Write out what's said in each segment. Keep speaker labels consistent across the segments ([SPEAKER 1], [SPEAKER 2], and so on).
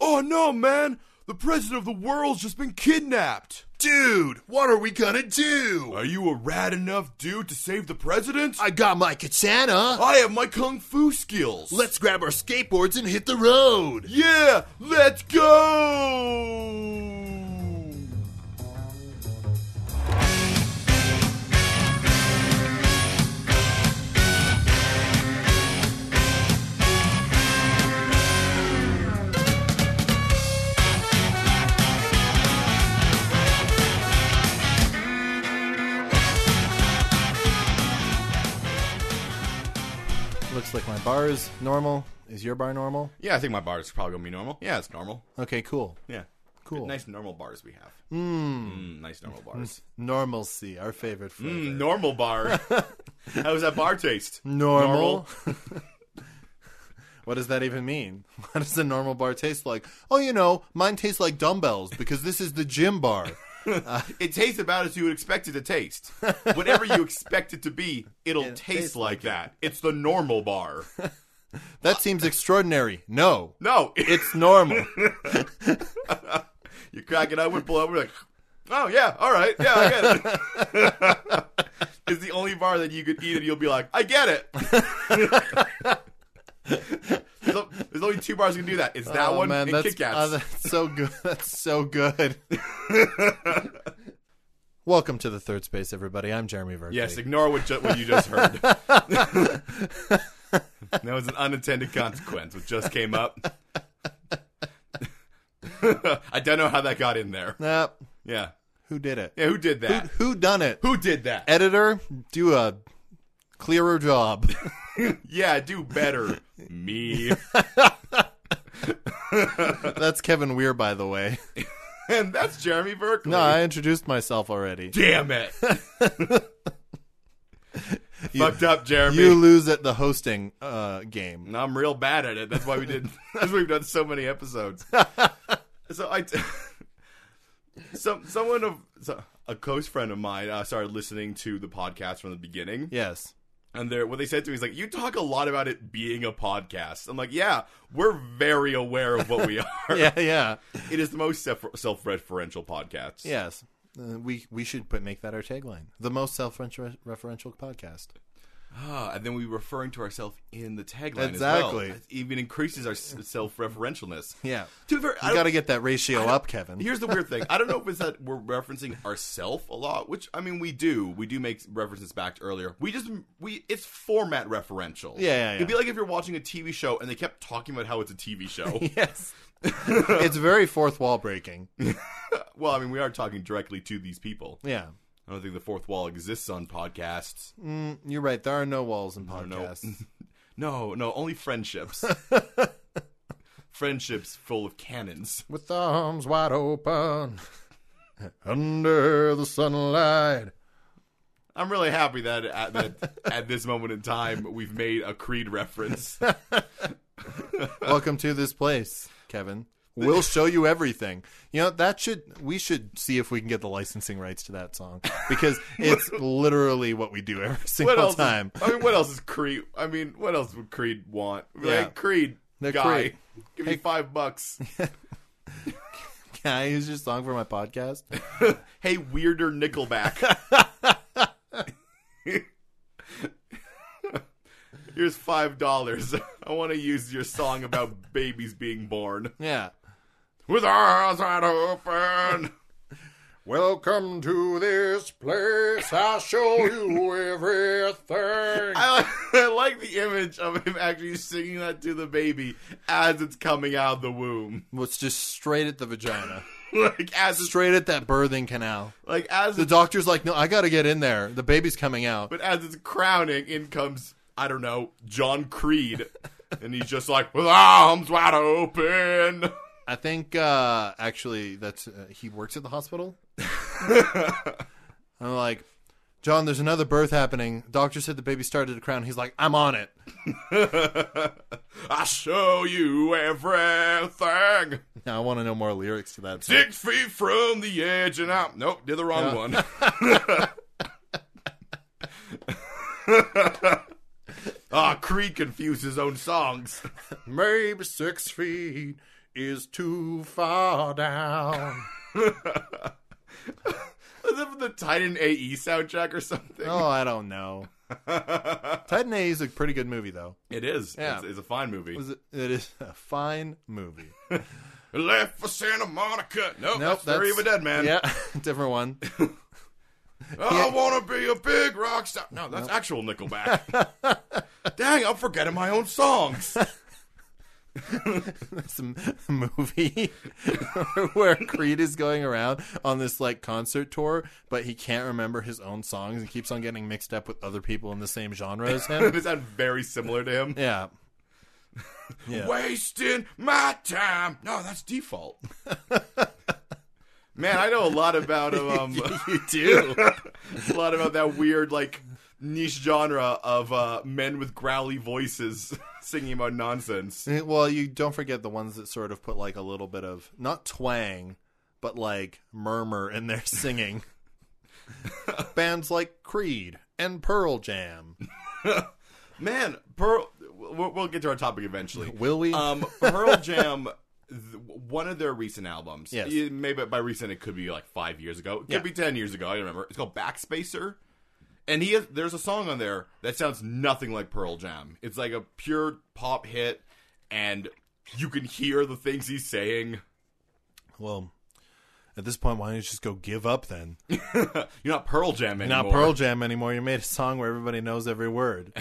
[SPEAKER 1] Oh no, man! The president of the world's just been kidnapped!
[SPEAKER 2] Dude, what are we gonna do?
[SPEAKER 1] Are you a rad enough dude to save the president?
[SPEAKER 2] I got my katana.
[SPEAKER 1] I have my kung fu skills!
[SPEAKER 2] Let's grab our skateboards and hit the road.
[SPEAKER 1] Yeah, let's go!
[SPEAKER 3] Looks like my bar is normal. Is your bar normal?
[SPEAKER 1] Yeah, I think my bar's probably gonna be normal. Yeah, it's normal.
[SPEAKER 3] Okay, cool.
[SPEAKER 1] Yeah.
[SPEAKER 3] Cool.
[SPEAKER 1] Nice normal bars we have. Mmm. nice normal bars.
[SPEAKER 3] Normalcy, our favorite flavor.
[SPEAKER 2] Hmm.
[SPEAKER 1] Mm, normal bar. How does that bar taste?
[SPEAKER 3] Normal. what does that even mean? What does a normal bar taste like? Oh, you know, mine tastes like dumbbells because this is the gym bar.
[SPEAKER 1] It tastes about as you would expect it to taste. Whatever you expect it to be, it'll taste,
[SPEAKER 3] tastes
[SPEAKER 1] like, that. It's the normal bar.
[SPEAKER 3] That seems extraordinary. No,
[SPEAKER 1] No,
[SPEAKER 3] it's normal.
[SPEAKER 1] you crack it up, we pull over, like, oh yeah, all right, yeah, I get it. it's the only bar that you could eat, and you'll be like, I get it. there's o- there's only two bars that can do that. It's that
[SPEAKER 3] Oh,
[SPEAKER 1] one
[SPEAKER 3] man,
[SPEAKER 1] and
[SPEAKER 3] that's,
[SPEAKER 1] Kit Kats.
[SPEAKER 3] oh, that's so good. That's so good. Welcome to the third space, everybody. I'm Jeremy Verkley.
[SPEAKER 1] Yes, ignore what, ju- what you just heard. that was an unintended consequence, which just came up. I don't know how that got in there.
[SPEAKER 3] Nah,
[SPEAKER 1] Yeah.
[SPEAKER 3] who did it?
[SPEAKER 1] Yeah, who did that?
[SPEAKER 3] Who, who done it?
[SPEAKER 1] Who did that?
[SPEAKER 3] Editor, do a clearer job.
[SPEAKER 1] Yeah, do better. Me.
[SPEAKER 3] That's Kevin Weir, by the way.
[SPEAKER 1] And that's Jeremy Berkeley.
[SPEAKER 3] No, I introduced myself already.
[SPEAKER 1] Damn it. Fucked up, Jeremy.
[SPEAKER 3] You lose at the hosting uh, game.
[SPEAKER 1] And I'm real bad at it. That's why we did. that's why we've done so many episodes. so I, some someone of so- a close friend of mine uh, started listening to the podcast from the beginning,
[SPEAKER 3] Yes.
[SPEAKER 1] and they what they said to me is like, "You talk a lot about it being a podcast." I'm like, "Yeah, we're very aware of what we are.
[SPEAKER 3] Yeah, yeah.
[SPEAKER 1] It is the most self- self-referential podcast.
[SPEAKER 3] Yes. Uh, we we should put make that our tagline. The most self-referential podcast.
[SPEAKER 1] Ah, and then we referring to ourselves in the tagline
[SPEAKER 3] Exactly.
[SPEAKER 1] as well. It even increases our s- self-referentialness.
[SPEAKER 3] Yeah.
[SPEAKER 1] To be fair, I
[SPEAKER 3] You
[SPEAKER 1] don't-
[SPEAKER 3] got to get that ratio up, Kevin.
[SPEAKER 1] Here's the weird thing. I don't know if it's that we're referencing ourself a lot, which I mean we do. We do make references back to earlier. We just we it's format referential.
[SPEAKER 3] Yeah, yeah, yeah.
[SPEAKER 1] It'd be like if you're watching a TV show and they kept talking about how it's a TV show.
[SPEAKER 3] Yes. it's very fourth wall breaking.
[SPEAKER 1] well, I mean we are talking directly to these people.
[SPEAKER 3] Yeah.
[SPEAKER 1] I don't think the fourth wall exists on podcasts.
[SPEAKER 3] You're right. There are no walls in
[SPEAKER 1] no.
[SPEAKER 3] podcasts.
[SPEAKER 1] No, no, only friendships. friendships full of cannons.
[SPEAKER 3] With arms wide open under the sunlight.
[SPEAKER 1] I'm really happy that at, that at this moment in time we've made a Creed reference.
[SPEAKER 3] Welcome to this place, Kevin. We'll show you everything. You know, that should we should see if we can get the licensing rights to that song because it's literally what we do every
[SPEAKER 1] what
[SPEAKER 3] single
[SPEAKER 1] else?
[SPEAKER 3] time.
[SPEAKER 1] Is, I mean, what else is Creed? I mean, what else would Creed want?
[SPEAKER 3] Yeah.
[SPEAKER 1] Like Creed
[SPEAKER 3] The
[SPEAKER 1] guy,
[SPEAKER 3] Creed.
[SPEAKER 1] give me five bucks.
[SPEAKER 3] Can I use your song for my podcast?
[SPEAKER 1] hey, weirder Nickelback. Here's five dollars. I want to use your song about babies being born
[SPEAKER 3] Yeah.
[SPEAKER 1] with eyes wide open.
[SPEAKER 3] Welcome to this place. I'll show you everything.
[SPEAKER 1] I, I like the image of him actually singing that to the baby as it's coming out of the womb,
[SPEAKER 3] Well, it's just straight at the vagina,
[SPEAKER 1] like as it's,
[SPEAKER 3] straight at that birthing canal.
[SPEAKER 1] like as
[SPEAKER 3] The
[SPEAKER 1] it's
[SPEAKER 3] doctor's like, "No, I got to get in there. The baby's coming out."
[SPEAKER 1] But as it's crowning, in comes, I don't know, John Creed. and he's just like, with arms wide open.
[SPEAKER 3] I think uh, actually that's uh, he works at the hospital. I'm like, John, there's another birth happening. Doctor said the baby started to crown. He's like, I'm on it.
[SPEAKER 1] I show you everything.
[SPEAKER 3] Now I want to know more lyrics to that. song.
[SPEAKER 1] Six feet from the edge and out. Nope, did the wrong
[SPEAKER 3] Yeah.
[SPEAKER 1] one. Ah, Creed confused his own songs.
[SPEAKER 3] Maybe six feet is too far down.
[SPEAKER 1] Is it the Titan AE soundtrack or something?
[SPEAKER 3] oh, I don't know. Titan A is a pretty good movie, though.
[SPEAKER 1] It is.
[SPEAKER 3] Yeah.
[SPEAKER 1] It's, it's a fine movie.
[SPEAKER 3] Was it, it is a fine movie.
[SPEAKER 1] Left for Santa Monica. Nope,
[SPEAKER 3] Nope,
[SPEAKER 1] that's, Fury of a Dead Man.
[SPEAKER 3] Yeah, different one.
[SPEAKER 1] I want to be a big rock star. No, that's actual Nickelback. Dang, I'm forgetting my own songs.
[SPEAKER 3] That's a m- movie where Creed is going around on this like concert tour, but he can't remember his own songs and keeps on getting mixed up with other people in the same genre as him.
[SPEAKER 1] they sound very similar to him.
[SPEAKER 3] Yeah. Yeah.
[SPEAKER 1] Wasting my time. No, that's default. Man, I know a lot about um,
[SPEAKER 3] you do.
[SPEAKER 1] a lot about that weird like niche genre of uh, men with growly voices singing about nonsense.
[SPEAKER 3] Eh, Well, you don't forget the ones that sort of put like a little bit of not twang, but like murmur in their singing. Bands like Creed and Pearl Jam.
[SPEAKER 1] Man, Pearl. We'll, we'll get to our topic eventually.
[SPEAKER 3] Will we?
[SPEAKER 1] Um, Pearl Jam, th- one of their recent albums.
[SPEAKER 3] Yes.
[SPEAKER 1] y- Maybe by recent it could be like five years ago. It could
[SPEAKER 3] Yeah.
[SPEAKER 1] be ten years ago. I don't remember. It's called Backspacer, and he has, there's a song on there that sounds nothing like Pearl Jam. It's like a pure pop hit, and you can hear the things he's saying.
[SPEAKER 3] well, at this point, why don't you just go give up then?
[SPEAKER 1] You're not Pearl Jam
[SPEAKER 3] You're
[SPEAKER 1] anymore.
[SPEAKER 3] not Pearl Jam anymore. You made a song where everybody knows every word.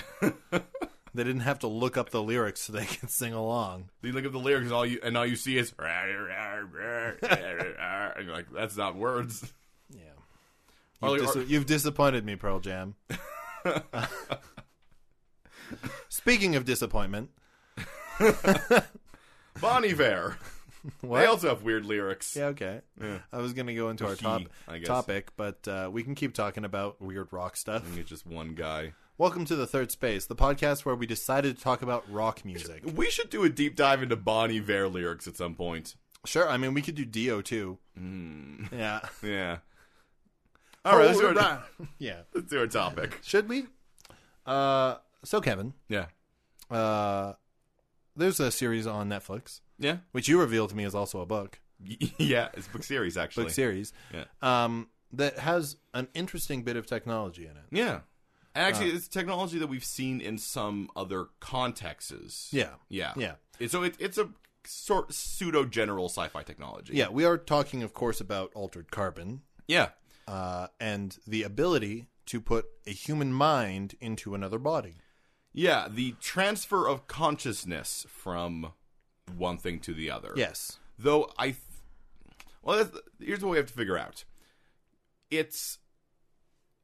[SPEAKER 3] they didn't have to look up the lyrics so they could sing along.
[SPEAKER 1] You look at the lyrics, and all you and all you see is, and you're like, that's not words.
[SPEAKER 3] Yeah.
[SPEAKER 1] Or
[SPEAKER 3] You've,
[SPEAKER 1] like-
[SPEAKER 3] dis- you've disappointed me, Pearl Jam. Speaking of disappointment,
[SPEAKER 1] Bon Iver.
[SPEAKER 3] What?
[SPEAKER 1] They also have weird lyrics.
[SPEAKER 3] Yeah, okay. I was going to go into our
[SPEAKER 1] he,
[SPEAKER 3] top
[SPEAKER 1] I guess.
[SPEAKER 3] topic, but uh, we can keep talking about weird rock stuff.
[SPEAKER 1] I think it's just one guy.
[SPEAKER 3] Welcome to the Third Space, the podcast where we decided to talk about rock music.
[SPEAKER 1] We should do a deep dive into Bon Iver lyrics at some point.
[SPEAKER 3] Sure, I mean we could do Dio too. Yeah,
[SPEAKER 1] Yeah. Hmm. All right, let's do, our,
[SPEAKER 3] yeah.
[SPEAKER 1] let's do our topic.
[SPEAKER 3] Should we? Uh, so Kevin,
[SPEAKER 1] Yeah.
[SPEAKER 3] uh, there's a series on Netflix
[SPEAKER 1] Yeah.
[SPEAKER 3] which you revealed to me is also a book
[SPEAKER 1] Yeah, it's book series actually.
[SPEAKER 3] book series.
[SPEAKER 1] Yeah.
[SPEAKER 3] Um, that has an interesting bit of technology in it.
[SPEAKER 1] Yeah. And
[SPEAKER 3] Uh.
[SPEAKER 1] actually, it's technology that we've seen in some other contexts.
[SPEAKER 3] Yeah.
[SPEAKER 1] Yeah.
[SPEAKER 3] Yeah.
[SPEAKER 1] It- So it, it's a sort pseudo general sci-fi technology.
[SPEAKER 3] Yeah, we are talking, of course, about altered carbon,
[SPEAKER 1] Yeah.
[SPEAKER 3] uh, and the ability to put a human mind into another body.
[SPEAKER 1] Yeah. The transfer of consciousness from one thing to the other.
[SPEAKER 3] Yes.
[SPEAKER 1] though I. Th- well, that's, here's what we have to figure out. It's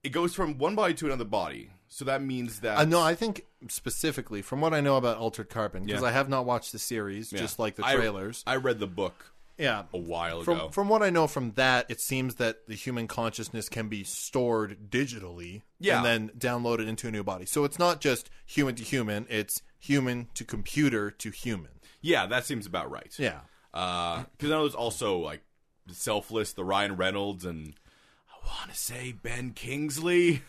[SPEAKER 1] it goes from one body to another body, so that means that
[SPEAKER 3] Uh, no, I think specifically from what I know about altered carbon, because
[SPEAKER 1] Yeah.
[SPEAKER 3] I have not watched the series,
[SPEAKER 1] Yeah.
[SPEAKER 3] just like the
[SPEAKER 1] I-
[SPEAKER 3] trailers.
[SPEAKER 1] I, read the book
[SPEAKER 3] yeah.
[SPEAKER 1] a while
[SPEAKER 3] From
[SPEAKER 1] ago.
[SPEAKER 3] from what I know from that, it seems that the human consciousness can be stored digitally
[SPEAKER 1] Yeah.
[SPEAKER 3] and then downloaded into a new body. So it's not just human to human; it's human to computer to human.
[SPEAKER 1] yeah, that seems about right.
[SPEAKER 3] Yeah.
[SPEAKER 1] because I know there's also like selfless, the Ryan Reynolds, and I want to say Ben Kingsley.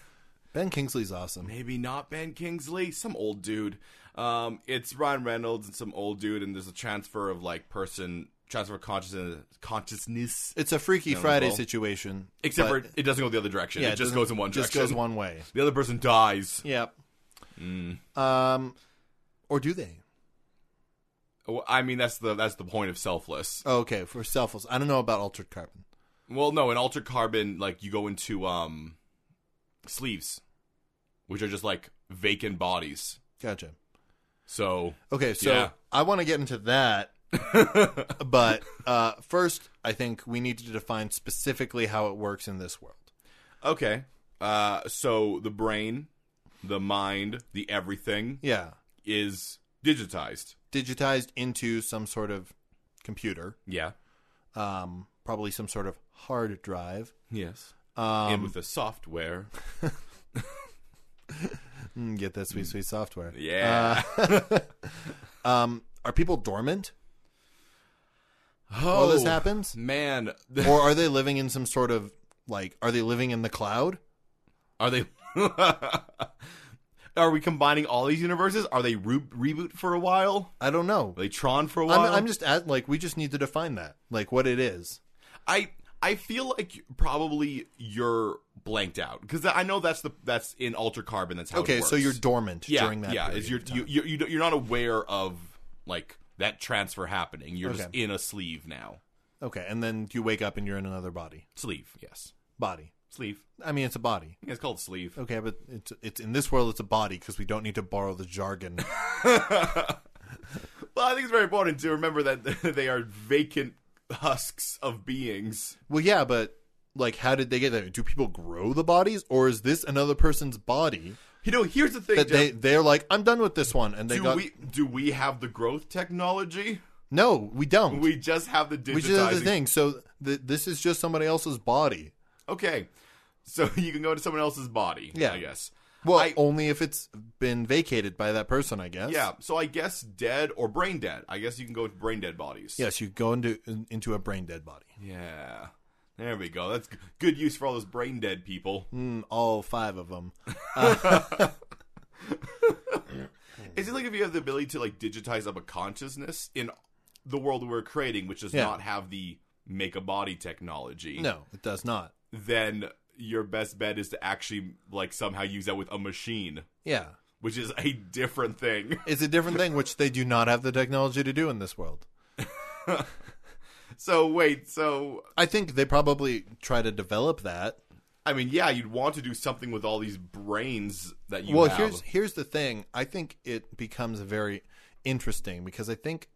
[SPEAKER 3] Ben Kingsley's awesome.
[SPEAKER 1] maybe not Ben Kingsley, some old dude. Um, it's Ryan Reynolds and some old dude, and there's a transfer of like person transfer of consciousness, consciousness.
[SPEAKER 3] It's a Freaky
[SPEAKER 1] no
[SPEAKER 3] Friday
[SPEAKER 1] ball.
[SPEAKER 3] situation,
[SPEAKER 1] Except
[SPEAKER 3] but-
[SPEAKER 1] for it doesn't go the other direction. it just
[SPEAKER 3] doesn't-
[SPEAKER 1] goes in one
[SPEAKER 3] just
[SPEAKER 1] direction.
[SPEAKER 3] goes one way.
[SPEAKER 1] The other person dies.
[SPEAKER 3] Yep.
[SPEAKER 1] Mm.
[SPEAKER 3] Um, or do they?
[SPEAKER 1] Well, I mean, that's the that's the point of selfless.
[SPEAKER 3] Oh, okay, for selfless. I don't know about altered carbon.
[SPEAKER 1] Well, no, in Alter Carbon, like you go into um sleeves, which are just like vacant bodies.
[SPEAKER 3] Gotcha.
[SPEAKER 1] So
[SPEAKER 3] Okay, so
[SPEAKER 1] Yeah.
[SPEAKER 3] I want to get into that, but uh, first, I think we need to define specifically how it works in this world.
[SPEAKER 1] okay, uh, so the brain, the mind, the everything
[SPEAKER 3] Yeah,
[SPEAKER 1] is digitized.
[SPEAKER 3] digitized into some sort of computer,
[SPEAKER 1] Yeah.
[SPEAKER 3] um, probably some sort of hard drive.
[SPEAKER 1] Yes. and
[SPEAKER 3] Um,
[SPEAKER 1] with the software.
[SPEAKER 3] mm, get that sweet, sweet software.
[SPEAKER 1] Yeah.
[SPEAKER 3] Um, are people dormant
[SPEAKER 1] oh, Uh,
[SPEAKER 3] while this happens?
[SPEAKER 1] Man,
[SPEAKER 3] or are they living in some sort of like are they living in the cloud
[SPEAKER 1] are they? Are we combining all these universes? Are they re- reboot for a while?
[SPEAKER 3] I don't know.
[SPEAKER 1] Are they Tron for a while?
[SPEAKER 3] I'm, I'm just at, like we just need to define that, like what it is.
[SPEAKER 1] I I feel like probably you're blanked out because I know that's the that's in Ultra Carbon. That's how. it
[SPEAKER 3] Okay, so
[SPEAKER 1] works.
[SPEAKER 3] you're dormant
[SPEAKER 1] yeah
[SPEAKER 3] during that.
[SPEAKER 1] yeah.
[SPEAKER 3] period
[SPEAKER 1] Is you're
[SPEAKER 3] of
[SPEAKER 1] you,
[SPEAKER 3] time.
[SPEAKER 1] you you don't- you're not aware of like that transfer happening. You're just
[SPEAKER 3] Okay.
[SPEAKER 1] in a sleeve now.
[SPEAKER 3] okay, and then you wake up and you're in another body.
[SPEAKER 1] Sleeve, yes,
[SPEAKER 3] Body.
[SPEAKER 1] sleeve.
[SPEAKER 3] I mean, it's a body.
[SPEAKER 1] Yeah, it's called sleeve.
[SPEAKER 3] Okay, but it's it's in this world it's a body because we don't need to borrow the jargon.
[SPEAKER 1] Well, I think it's very important to remember that they are vacant husks of beings.
[SPEAKER 3] well, yeah, but like, how did they get there? Do people grow the bodies, or is this another person's body
[SPEAKER 1] You know, here's the thing.
[SPEAKER 3] that
[SPEAKER 1] Jeff.
[SPEAKER 3] they they're like, I'm done with this one, and they
[SPEAKER 1] do
[SPEAKER 3] got
[SPEAKER 1] we do we have the growth technology?
[SPEAKER 3] no, we don't.
[SPEAKER 1] We just have the digitizing.
[SPEAKER 3] Which is the thing. So th- this is just somebody else's body.
[SPEAKER 1] Okay, so you can go to someone else's body.
[SPEAKER 3] Yeah.
[SPEAKER 1] I guess.
[SPEAKER 3] Well,
[SPEAKER 1] I-
[SPEAKER 3] only if it's been vacated by that person, I guess.
[SPEAKER 1] Yeah, so I guess dead or brain dead. I guess you can go with brain dead bodies.
[SPEAKER 3] Yes, you go into in- into a brain dead body.
[SPEAKER 1] Yeah. There we go. That's g- good use for all those brain dead people.
[SPEAKER 3] Mm, all five of them.
[SPEAKER 1] Is it like if you have the ability to like digitize up a consciousness in the world we're creating, which does
[SPEAKER 3] Yeah.
[SPEAKER 1] not have the make a body technology?
[SPEAKER 3] No, it does not.
[SPEAKER 1] Then your best bet is to actually like somehow use that with a machine,
[SPEAKER 3] Yeah,
[SPEAKER 1] which is a different thing.
[SPEAKER 3] it's a different thing, which they do not have the technology to do in this world.
[SPEAKER 1] So wait, so
[SPEAKER 3] I think they probably try to develop that.
[SPEAKER 1] I mean, yeah, you'd want to do something with all these brains that you
[SPEAKER 3] well,
[SPEAKER 1] have.
[SPEAKER 3] here's here's the thing. I think it becomes very interesting because I think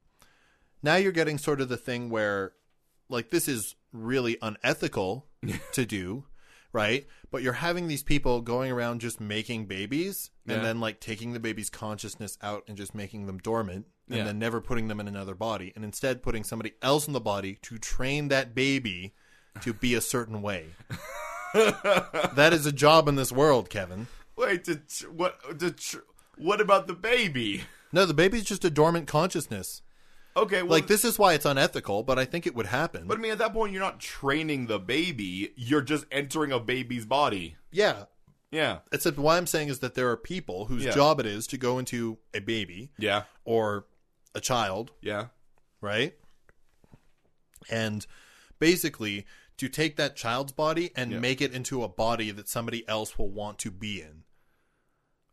[SPEAKER 3] now you're getting sort of the thing where like this is really unethical to do, right? But you're having these people going around just making babies
[SPEAKER 1] Yeah.
[SPEAKER 3] and then like taking the baby's consciousness out and just making them dormant and
[SPEAKER 1] Yeah.
[SPEAKER 3] then never putting them in another body and instead putting somebody else in the body to train that baby to be a certain way. that is a job in this world, Kevin.
[SPEAKER 1] Wait, to tr- what? To tr- what about the baby?
[SPEAKER 3] No, the baby's just a dormant consciousness.
[SPEAKER 1] Okay, well,
[SPEAKER 3] Like this is why it's unethical, but I think it would happen.
[SPEAKER 1] But I mean, at that point, you're not training the baby; you're just entering a baby's body.
[SPEAKER 3] yeah,
[SPEAKER 1] Yeah,
[SPEAKER 3] except why I'm saying is that there are people whose
[SPEAKER 1] Yeah.
[SPEAKER 3] job it is to go into a baby
[SPEAKER 1] yeah,
[SPEAKER 3] or a child,
[SPEAKER 1] yeah.
[SPEAKER 3] right? And basically to take that child's body and
[SPEAKER 1] Yeah.
[SPEAKER 3] make it into a body that somebody else will want to be in,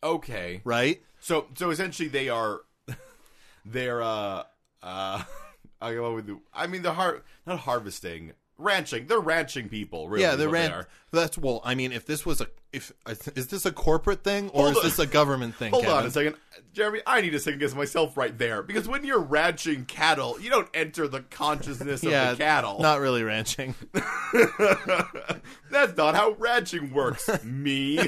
[SPEAKER 1] Okay,
[SPEAKER 3] right?
[SPEAKER 1] so so essentially, they are they're uh uh. I go with the, I mean, the har not harvesting, ranching. They're ranching people. Really,
[SPEAKER 3] yeah,
[SPEAKER 1] is
[SPEAKER 3] the
[SPEAKER 1] what they
[SPEAKER 3] rent.
[SPEAKER 1] are.
[SPEAKER 3] That's well. I mean, if this was a if is this a corporate thing or
[SPEAKER 1] Hold
[SPEAKER 3] is
[SPEAKER 1] on.
[SPEAKER 3] this a government thing?
[SPEAKER 1] Hold
[SPEAKER 3] Kevin?
[SPEAKER 1] on a second, Jeremy. I need to second guess myself right there because when you're ranching cattle, you don't enter the consciousness
[SPEAKER 3] yeah,
[SPEAKER 1] of the cattle.
[SPEAKER 3] Not really ranching.
[SPEAKER 1] That's not how ranching works. Me,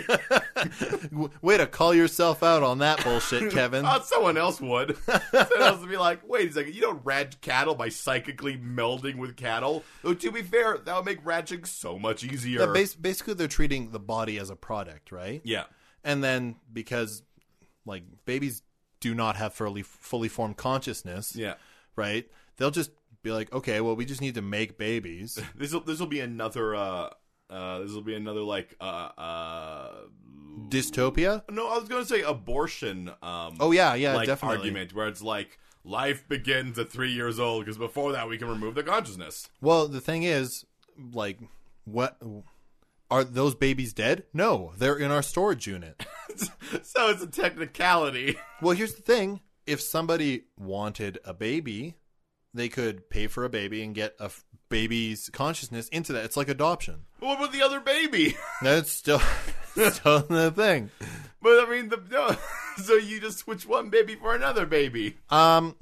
[SPEAKER 3] W- Way to call yourself out on that bullshit, Kevin.
[SPEAKER 1] Uh, someone else would. someone else would be like, wait a second, you don't ranch cattle by psychically melding with cattle. Though, to be fair, that would make ranching so much easier.
[SPEAKER 3] Yeah, bas- basically, they're treating the body as a product, right?
[SPEAKER 1] yeah.
[SPEAKER 3] And then because, like, babies do not have fully fully formed consciousness,
[SPEAKER 1] Yeah.
[SPEAKER 3] right? They'll just be like, okay, well, we just need to make babies.
[SPEAKER 1] This will this will be another uh uh this will be another like uh uh
[SPEAKER 3] Dystopia?
[SPEAKER 1] no, I was going to say abortion um
[SPEAKER 3] Oh yeah, yeah,
[SPEAKER 1] like
[SPEAKER 3] definitely.
[SPEAKER 1] argument where it's like life begins at 3 years old because before that we can remove the consciousness.
[SPEAKER 3] Well, the thing is, like, what are those babies dead? No, they're in our storage unit.
[SPEAKER 1] So it's a technicality.
[SPEAKER 3] Well, here's the thing: if somebody wanted a baby, they could pay for a baby and get a f- baby's consciousness into that. It's like adoption.
[SPEAKER 1] what about the other baby?
[SPEAKER 3] That's still still the thing.
[SPEAKER 1] But I mean, the, no, so you just switch one baby for another baby.
[SPEAKER 3] Um,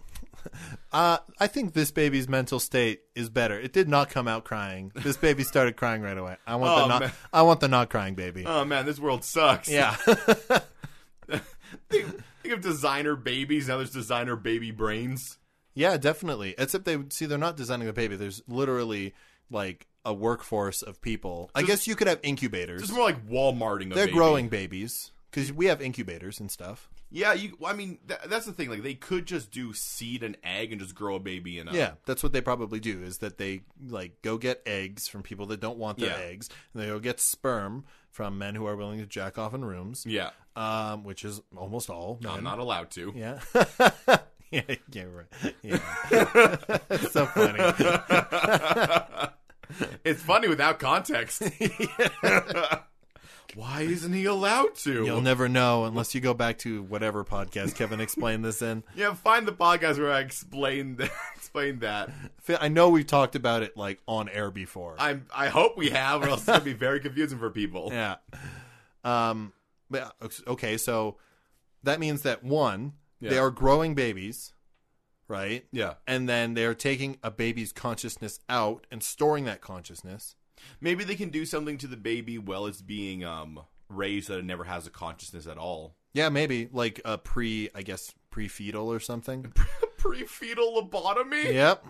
[SPEAKER 3] uh, I think this baby's mental state is better. It did not come out crying. This baby started crying right away. I want
[SPEAKER 1] Oh,
[SPEAKER 3] the not.
[SPEAKER 1] man.
[SPEAKER 3] I want the not crying baby.
[SPEAKER 1] Oh man, this world sucks.
[SPEAKER 3] yeah.
[SPEAKER 1] think, think of designer babies. Now there's designer baby brains.
[SPEAKER 3] Yeah, definitely. Except they see they're not designing the baby. There's literally like a workforce of people. I guess you could have incubators.
[SPEAKER 1] It's more like Walmarting. A
[SPEAKER 3] They're
[SPEAKER 1] baby.
[SPEAKER 3] growing babies because we have incubators and stuff.
[SPEAKER 1] Yeah, you. well, I mean, tha that's the thing. Like, they could just do seed and egg and just grow a baby in. A,
[SPEAKER 3] Yeah, that's what they probably do is that they like go get eggs from people that don't want their
[SPEAKER 1] Yeah.
[SPEAKER 3] eggs, and they go get sperm from men who are willing to jack off in rooms,
[SPEAKER 1] yeah.
[SPEAKER 3] um, which is almost all men.
[SPEAKER 1] I'm not allowed to.
[SPEAKER 3] Yeah. yeah, yeah, right. Yeah. It's so funny.
[SPEAKER 1] It's funny without context. Why isn't he allowed to?
[SPEAKER 3] You'll never know unless you go back to whatever podcast Kevin explained this in.
[SPEAKER 1] yeah, find the podcast where I explain that. Explain that.
[SPEAKER 3] Fi- I know we've talked about it like on air before.
[SPEAKER 1] I'm. I hope we have, or else it's gonna be very confusing for people.
[SPEAKER 3] yeah. Um but okay, so that means that one, they
[SPEAKER 1] Yeah.
[SPEAKER 3] are growing babies, right?
[SPEAKER 1] Yeah.
[SPEAKER 3] And then they're taking a baby's consciousness out and storing that consciousness.
[SPEAKER 1] Maybe they can do something to the baby while it's being um raised that it never has a consciousness at all.
[SPEAKER 3] Yeah, maybe like a pre, I guess, pre fetal or something.
[SPEAKER 1] Pre-fetal lobotomy.
[SPEAKER 3] Yep.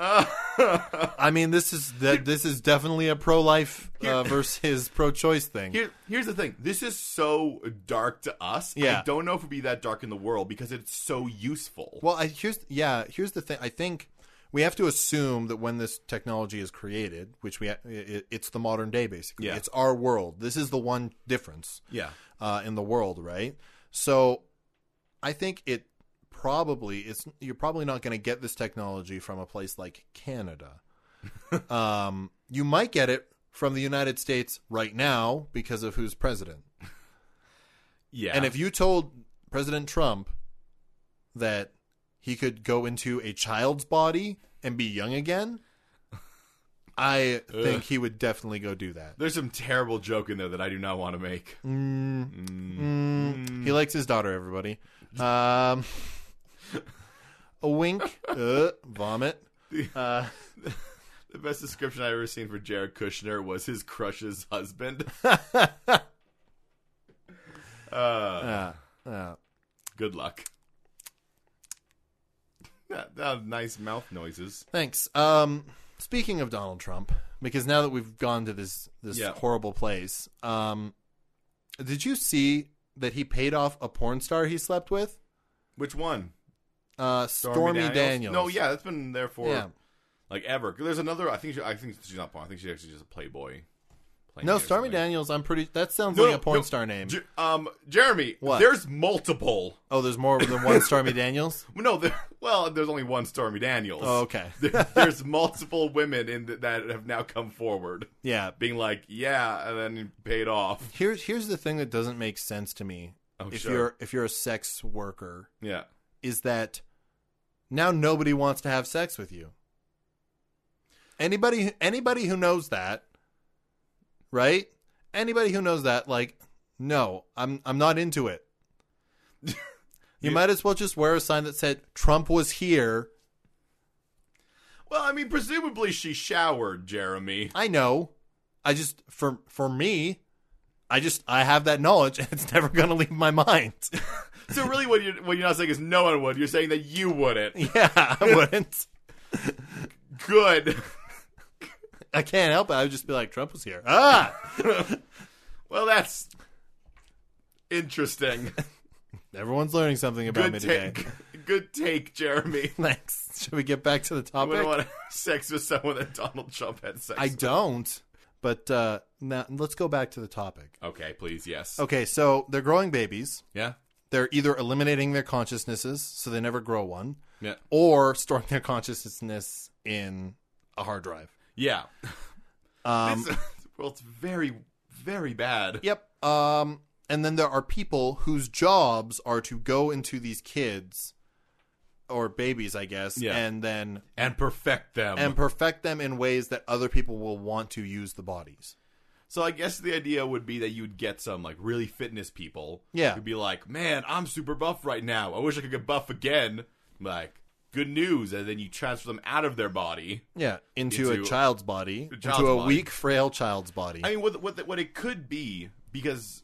[SPEAKER 3] I mean, this is that this is definitely a pro-life uh, versus pro-choice thing.
[SPEAKER 1] Here, here's the thing. This is so dark to us.
[SPEAKER 3] Yeah.
[SPEAKER 1] I don't know if it'd be that dark in the world because it's so useful.
[SPEAKER 3] Well, I, here's yeah, here's the thing. I think we have to assume that when this technology is created, which we ha- it, it's the modern day basically.
[SPEAKER 1] Yeah.
[SPEAKER 3] It's our world. This is the one difference
[SPEAKER 1] yeah.
[SPEAKER 3] uh, in the world, right? So, I think it probably it's you're probably not going to get this technology from a place like Canada. um, you might get it from the United States right now because of who's president.
[SPEAKER 1] Yeah.
[SPEAKER 3] And if you told President Trump that he could go into a child's body and be young again, I think he would definitely go do that.
[SPEAKER 1] there's some terrible joke in there that I do not want to make.
[SPEAKER 3] Mm. He likes his daughter, everybody. Um, a wink, uh, vomit. Uh,
[SPEAKER 1] The best description I ever seen for Jared Kushner was his crush's husband. uh,
[SPEAKER 3] Uh, uh,
[SPEAKER 1] good luck. That, that was nice mouth noises.
[SPEAKER 3] thanks. Um, speaking of Donald Trump, because now that we've gone to this this
[SPEAKER 1] Yeah.
[SPEAKER 3] horrible place, um, did you see that he paid off a porn star he slept with?
[SPEAKER 1] Which one?
[SPEAKER 3] Uh, Stormy, Daniels.
[SPEAKER 1] No, yeah, that's been there for
[SPEAKER 3] Yeah.
[SPEAKER 1] like ever. There's another. I think. She, I think she's not porn. I think she's actually just a Playboy.
[SPEAKER 3] No,
[SPEAKER 1] Playmate or
[SPEAKER 3] Stormy
[SPEAKER 1] something.
[SPEAKER 3] Daniels. I'm pretty. That sounds
[SPEAKER 1] No,
[SPEAKER 3] like a
[SPEAKER 1] no,
[SPEAKER 3] porn
[SPEAKER 1] no.
[SPEAKER 3] star name.
[SPEAKER 1] J- um, Jeremy.
[SPEAKER 3] What?
[SPEAKER 1] There's multiple.
[SPEAKER 3] oh, there's more than one Stormy Daniels.
[SPEAKER 1] No, there, well, there's only one Stormy Daniels.
[SPEAKER 3] Oh, okay.
[SPEAKER 1] There- there's multiple women in th- that have now come forward,
[SPEAKER 3] Yeah.
[SPEAKER 1] being like, "Yeah," and then paid off.
[SPEAKER 3] Here's here's the thing that doesn't make sense to me.
[SPEAKER 1] Oh,
[SPEAKER 3] if
[SPEAKER 1] sure.
[SPEAKER 3] you're if you're a sex worker,
[SPEAKER 1] Yeah,
[SPEAKER 3] is that now nobody wants to have sex with you. Anybody anybody who knows that, right? Anybody who knows that, like, no, I'm I'm not into it. you might as well just wear a sign that said Trump was here.
[SPEAKER 1] Well, I mean, presumably she showered Jeremy.
[SPEAKER 3] I know. I just for for me, I just I have that knowledge, and it's never gonna leave my mind.
[SPEAKER 1] So really, what you're what you're not saying is no one would. You're saying that you wouldn't.
[SPEAKER 3] yeah, I wouldn't.
[SPEAKER 1] Good.
[SPEAKER 3] I can't help it. I would just be like, Trump was here. Ah,
[SPEAKER 1] Well, that's interesting.
[SPEAKER 3] everyone's learning something about me
[SPEAKER 1] Good
[SPEAKER 3] today.
[SPEAKER 1] take. Good take, Jeremy.
[SPEAKER 3] Thanks. Should we get back to the
[SPEAKER 1] I wouldn't
[SPEAKER 3] topic?
[SPEAKER 1] want to have sex with someone that Donald Trump had sex.
[SPEAKER 3] I
[SPEAKER 1] with.
[SPEAKER 3] don't. But uh, now let's go back to the topic.
[SPEAKER 1] Okay, please. Yes.
[SPEAKER 3] Okay, so they're growing babies.
[SPEAKER 1] Yeah.
[SPEAKER 3] They're either eliminating their consciousnesses, so they never grow one,
[SPEAKER 1] Yeah.
[SPEAKER 3] or storing their consciousness in a hard drive.
[SPEAKER 1] Yeah.
[SPEAKER 3] Um,
[SPEAKER 1] This- the world's very, very bad.
[SPEAKER 3] Yep. Um, and then there are people whose jobs are to go into these kids or babies, I guess,
[SPEAKER 1] Yeah. Um,
[SPEAKER 3] and then
[SPEAKER 1] And perfect them.
[SPEAKER 3] and perfect them in ways that other people will want to use the bodies.
[SPEAKER 1] so I guess the idea would be that you'd get some like really fitness people.
[SPEAKER 3] Yeah.
[SPEAKER 1] Who'd be like, man, I'm super buff right now. I wish I could get buff again. Like, good news. And then you transfer them out of their body.
[SPEAKER 3] Yeah, into, a
[SPEAKER 1] Into-
[SPEAKER 3] child's body,
[SPEAKER 1] child's
[SPEAKER 3] into a
[SPEAKER 1] body.
[SPEAKER 3] weak, frail child's body.
[SPEAKER 1] I mean, what what what it could be because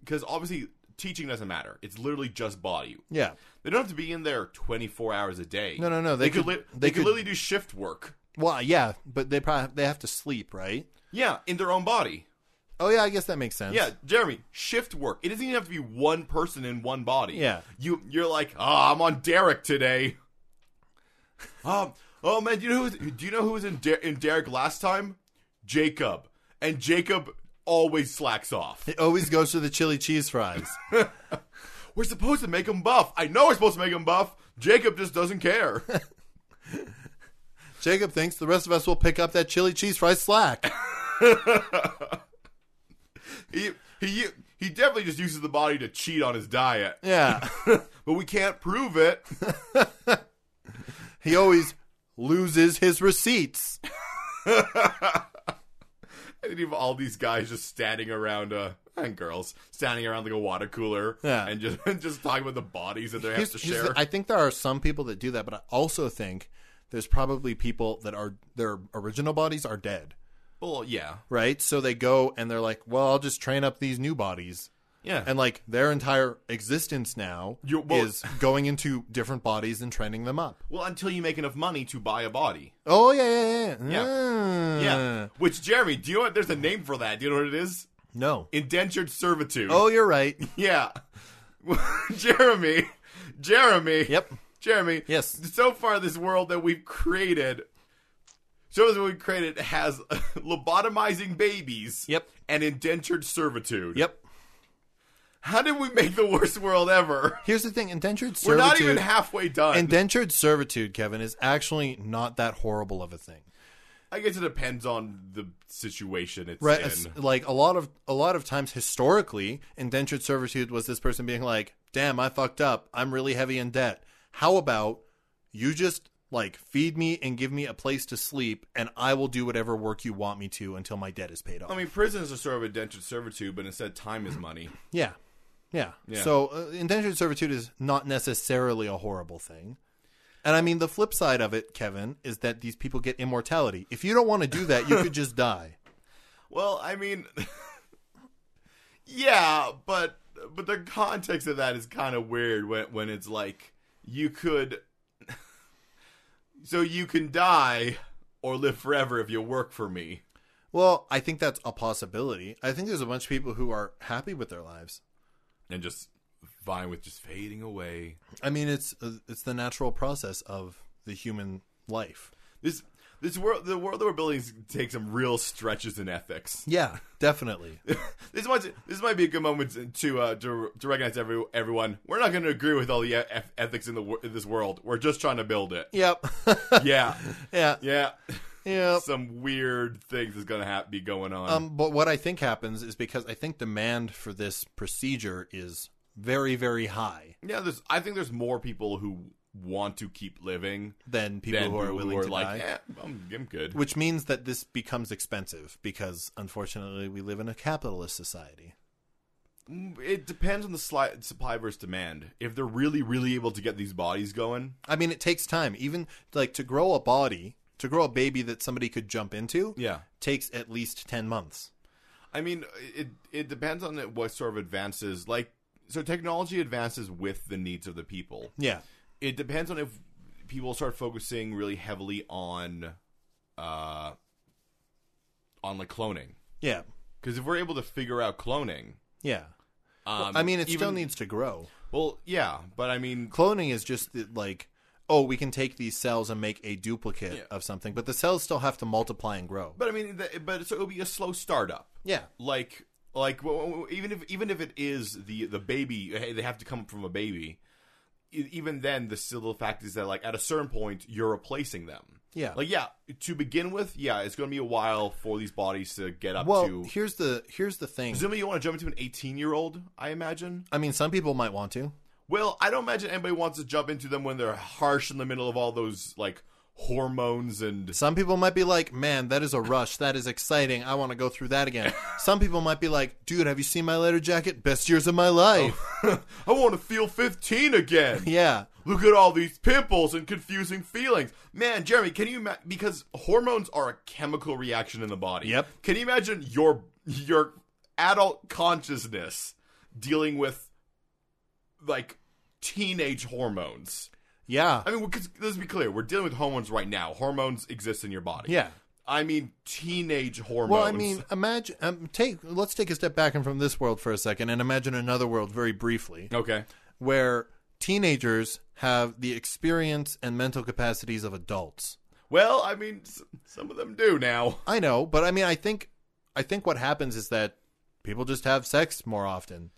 [SPEAKER 1] because obviously teaching doesn't matter. It's literally just body.
[SPEAKER 3] yeah,
[SPEAKER 1] They don't have to be in there 24 hours a day.
[SPEAKER 3] No, no, no,
[SPEAKER 1] They,
[SPEAKER 3] they
[SPEAKER 1] could,
[SPEAKER 3] could-
[SPEAKER 1] li-
[SPEAKER 3] they
[SPEAKER 1] they could
[SPEAKER 3] could-
[SPEAKER 1] literally do shift work.
[SPEAKER 3] well, yeah, but they probably they have to sleep, right?
[SPEAKER 1] Yeah, in their own body.
[SPEAKER 3] Oh yeah, I guess that makes sense.
[SPEAKER 1] Yeah, Jeremy, shift work. It doesn't even have to be one person in one body.
[SPEAKER 3] Yeah.
[SPEAKER 1] you you're like, oh, I'm on Derek today. um, oh man, do you know who's, do you know who was in Der- in Derek last time? Jacob, and Jacob always slacks off.
[SPEAKER 3] It always goes to the chili cheese fries.
[SPEAKER 1] We're supposed to make him buff. I know we're supposed to make him buff. Jacob just doesn't care.
[SPEAKER 3] Jacob thinks the rest of us will pick up that chili cheese fries slack.
[SPEAKER 1] he he he definitely just uses the body to cheat on his diet,
[SPEAKER 3] Yeah.
[SPEAKER 1] but we can't prove it.
[SPEAKER 3] He always loses his receipts.
[SPEAKER 1] And you have all these guys just standing around, uh, and girls standing around like a water cooler,
[SPEAKER 3] Yeah.
[SPEAKER 1] and just and just talking about the bodies that they have
[SPEAKER 3] Here's-
[SPEAKER 1] to
[SPEAKER 3] here's
[SPEAKER 1] share.
[SPEAKER 3] the- I think there are some people that do that, but I also think there's probably people that are their original bodies are dead,
[SPEAKER 1] well, yeah,
[SPEAKER 3] right? So they go and they're like, "Well, I'll just train up these new bodies."
[SPEAKER 1] yeah,
[SPEAKER 3] And like their entire existence now
[SPEAKER 1] You- well-
[SPEAKER 3] is going into different bodies and training them up.
[SPEAKER 1] well, until you make enough money to buy a body,
[SPEAKER 3] Oh yeah, yeah, yeah.
[SPEAKER 1] Yeah.
[SPEAKER 3] Mm.
[SPEAKER 1] yeah. Which Jeremy, do you know what? There's a name for that. Do you know what it is?
[SPEAKER 3] No.
[SPEAKER 1] Indentured servitude.
[SPEAKER 3] Oh, you're right.
[SPEAKER 1] yeah, Jeremy, Jeremy.
[SPEAKER 3] Yep.
[SPEAKER 1] Jeremy.
[SPEAKER 3] Yes.
[SPEAKER 1] So far, this world that we've created, so that we've created has lobotomizing babies.
[SPEAKER 3] Yep.
[SPEAKER 1] And indentured servitude.
[SPEAKER 3] Yep.
[SPEAKER 1] How did we make the worst world ever?
[SPEAKER 3] Here's the thing, indentured
[SPEAKER 1] We're
[SPEAKER 3] servitude.
[SPEAKER 1] not even halfway done.
[SPEAKER 3] indentured servitude, Kevin, is actually not that horrible of a thing.
[SPEAKER 1] I guess it depends on the situation it's
[SPEAKER 3] right
[SPEAKER 1] in.
[SPEAKER 3] it's like a lot of a lot of times historically indentured servitude was this person being like damn i fucked up i'm really heavy in debt how about you just like feed me and give me a place to sleep and i will do whatever work you want me to until my debt is paid off
[SPEAKER 1] I mean, prisons are sort of indentured servitude, but instead, time is money.
[SPEAKER 3] yeah yeah,
[SPEAKER 1] Yeah.
[SPEAKER 3] so uh, indentured servitude is not necessarily a horrible thing and i mean the flip side of it kevin is that these people get immortality if you don't want to do that you could just die
[SPEAKER 1] Well, I mean, yeah, but but the context of that is kind of weird when when it's like you could, so you can die or live forever if you work for me.
[SPEAKER 3] Well, I think that's a possibility. I think there's a bunch of people who are happy with their lives.
[SPEAKER 1] and just fine with just fading away.
[SPEAKER 3] I mean, it's it's the natural process of the human life.
[SPEAKER 1] This this world, the world that we're building, is- takes some real stretches in ethics.
[SPEAKER 3] Yeah, definitely.
[SPEAKER 1] This might this might be a good moment to uh, to, to recognize every, everyone. We're not going to agree with all the e- eth- ethics in the wor- in this world. We're just trying to build it.
[SPEAKER 3] yep.
[SPEAKER 1] Yeah,
[SPEAKER 3] yeah.
[SPEAKER 1] yeah.
[SPEAKER 3] Yep.
[SPEAKER 1] Some weird things is going to ha- be going on.
[SPEAKER 3] Um, but what I think happens is because I think demand for this procedure is very, very high
[SPEAKER 1] yeah, there's. I think there's more people who want to keep living
[SPEAKER 3] than people
[SPEAKER 1] than
[SPEAKER 3] who are willing to
[SPEAKER 1] like,
[SPEAKER 3] die.
[SPEAKER 1] eh, I'm, I'm good.
[SPEAKER 3] Which means that this becomes expensive because, unfortunately, we live in a capitalist society.
[SPEAKER 1] Mm, It depends on the sli- supply versus demand. If they're really, really able to get these bodies going,
[SPEAKER 3] I mean, it takes time. Even like to grow a body, to grow a baby that somebody could jump into.
[SPEAKER 1] yeah.
[SPEAKER 3] takes at least 10 months.
[SPEAKER 1] I mean, it it depends on it what sort of advances. Like, so technology advances with the needs of the people.
[SPEAKER 3] Yeah.
[SPEAKER 1] It depends on if people start focusing really heavily on, uh, on like cloning.
[SPEAKER 3] Yeah.
[SPEAKER 1] Because if we're able to figure out cloning,
[SPEAKER 3] Yeah.
[SPEAKER 1] um,
[SPEAKER 3] I mean, it still
[SPEAKER 1] even-
[SPEAKER 3] needs to grow.
[SPEAKER 1] Well, yeah, but I mean,
[SPEAKER 3] Cloning is just the, like, oh, we can take these cells and make a duplicate
[SPEAKER 1] Yeah.
[SPEAKER 3] of something, but the cells still have to multiply and grow.
[SPEAKER 1] but I mean, the, but so it'll be a slow startup.
[SPEAKER 3] yeah.
[SPEAKER 1] like like w- w- even if even if it is the the baby hey, they have to come from a baby e- even then the still the fact is that like at a certain point you're replacing them
[SPEAKER 3] Yeah.
[SPEAKER 1] like yeah to begin with yeah it's going to be a while for these bodies to get up
[SPEAKER 3] well,
[SPEAKER 1] to
[SPEAKER 3] here's the here's the thing.
[SPEAKER 1] presumably you want to jump into an 18 year old i imagine
[SPEAKER 3] I mean, some people might want to.
[SPEAKER 1] well i don't imagine anybody wants to jump into them when they're harsh in the middle of all those like hormones and
[SPEAKER 3] Some people might be like, "Man, that is a rush. That is exciting. I want to go through that again." some people might be like, "Dude, have you seen my letter jacket? Best years of my life."
[SPEAKER 1] i want to feel 15 again
[SPEAKER 3] Yeah.
[SPEAKER 1] Look at all these pimples and confusing feelings. Man, Jeremy, can you ima- because hormones are a chemical reaction in the body.
[SPEAKER 3] Yep.
[SPEAKER 1] Can you imagine your your adult consciousness dealing with like teenage hormones?
[SPEAKER 3] Yeah.
[SPEAKER 1] I mean, because let's be clear, we're dealing with hormones right now. Hormones exist in your body.
[SPEAKER 3] Yeah.
[SPEAKER 1] I mean teenage hormones.
[SPEAKER 3] Well, I mean, imagine um, take let's take a step back and from this world for a second and imagine another world very briefly
[SPEAKER 1] okay,
[SPEAKER 3] where teenagers have the experience and mental capacities of adults.
[SPEAKER 1] well, I mean, s- some of them do now.
[SPEAKER 3] I know, but I mean, I think I think what happens is that people just have sex more often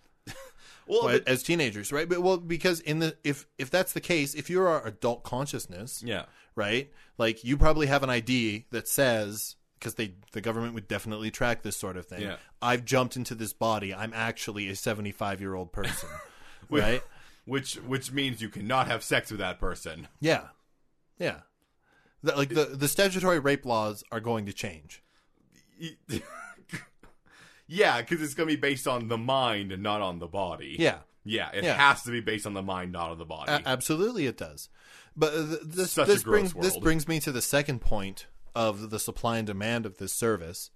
[SPEAKER 1] Well,
[SPEAKER 3] but-
[SPEAKER 1] but-
[SPEAKER 3] as teenagers, right? But well, because in the if if that's the case, if you're our adult consciousness,
[SPEAKER 1] yeah,
[SPEAKER 3] right? Like you probably have an ID that says because they the government would definitely track this sort of thing.
[SPEAKER 1] Yeah.
[SPEAKER 3] I've jumped into this body. I'm actually a 75 year old person, right?
[SPEAKER 1] which which means you cannot have sex with that person.
[SPEAKER 3] Yeah, yeah. The, like the the statutory rape laws are going to change.
[SPEAKER 1] Y- yeah, because it's gonna be based on the mind and not on the body.
[SPEAKER 3] Yeah,
[SPEAKER 1] yeah, it
[SPEAKER 3] Yeah. Uh,
[SPEAKER 1] has to be based on the mind, not on the body.
[SPEAKER 3] A- absolutely, it does. But uh, th- this
[SPEAKER 1] Such a
[SPEAKER 3] this
[SPEAKER 1] gross
[SPEAKER 3] brings this
[SPEAKER 1] world.
[SPEAKER 3] brings me to the second point of the supply and demand of this service.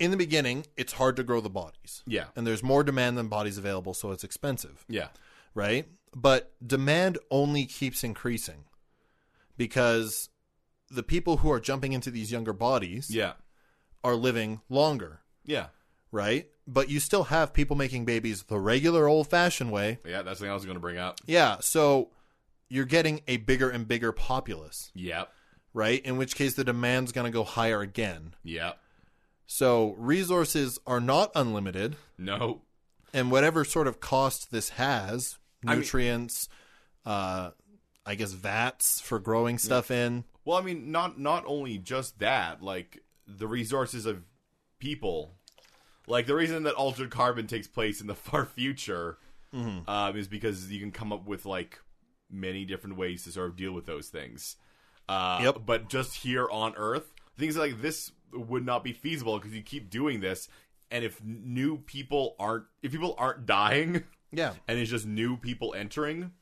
[SPEAKER 3] In the beginning, it's hard to grow the bodies,
[SPEAKER 1] yeah,
[SPEAKER 3] and there's more demand than bodies available, so it's expensive.
[SPEAKER 1] yeah,
[SPEAKER 3] right? But demand only keeps increasing because the people who are jumping into these younger bodies
[SPEAKER 1] yeah,
[SPEAKER 3] are living longer,
[SPEAKER 1] yeah,
[SPEAKER 3] right? But you still have people making babies the regular old fashioned way.
[SPEAKER 1] yeah. That's the thing I was gonna bring up.
[SPEAKER 3] Yeah, so you're getting a bigger and bigger populace,
[SPEAKER 1] Yep,
[SPEAKER 3] right? In which case the demand's going to go higher again.
[SPEAKER 1] yep.
[SPEAKER 3] So resources are not unlimited,
[SPEAKER 1] No,
[SPEAKER 3] and whatever sort of cost this has,
[SPEAKER 1] I mean-
[SPEAKER 3] nutrients, uh, I guess vats for growing stuff in,
[SPEAKER 1] Well, I mean, not not only just that, like the resources of people, like the reason that altered carbon takes place in the far future
[SPEAKER 3] Mm-hmm.
[SPEAKER 1] um, is because you can come up with like many different ways to sort of deal with those things. Uh,
[SPEAKER 3] Yep.
[SPEAKER 1] But just here on Earth, things like this would not be feasible because you keep doing this, and if new people aren't, if people aren't dying,
[SPEAKER 3] Yeah.
[SPEAKER 1] and it's just new people entering,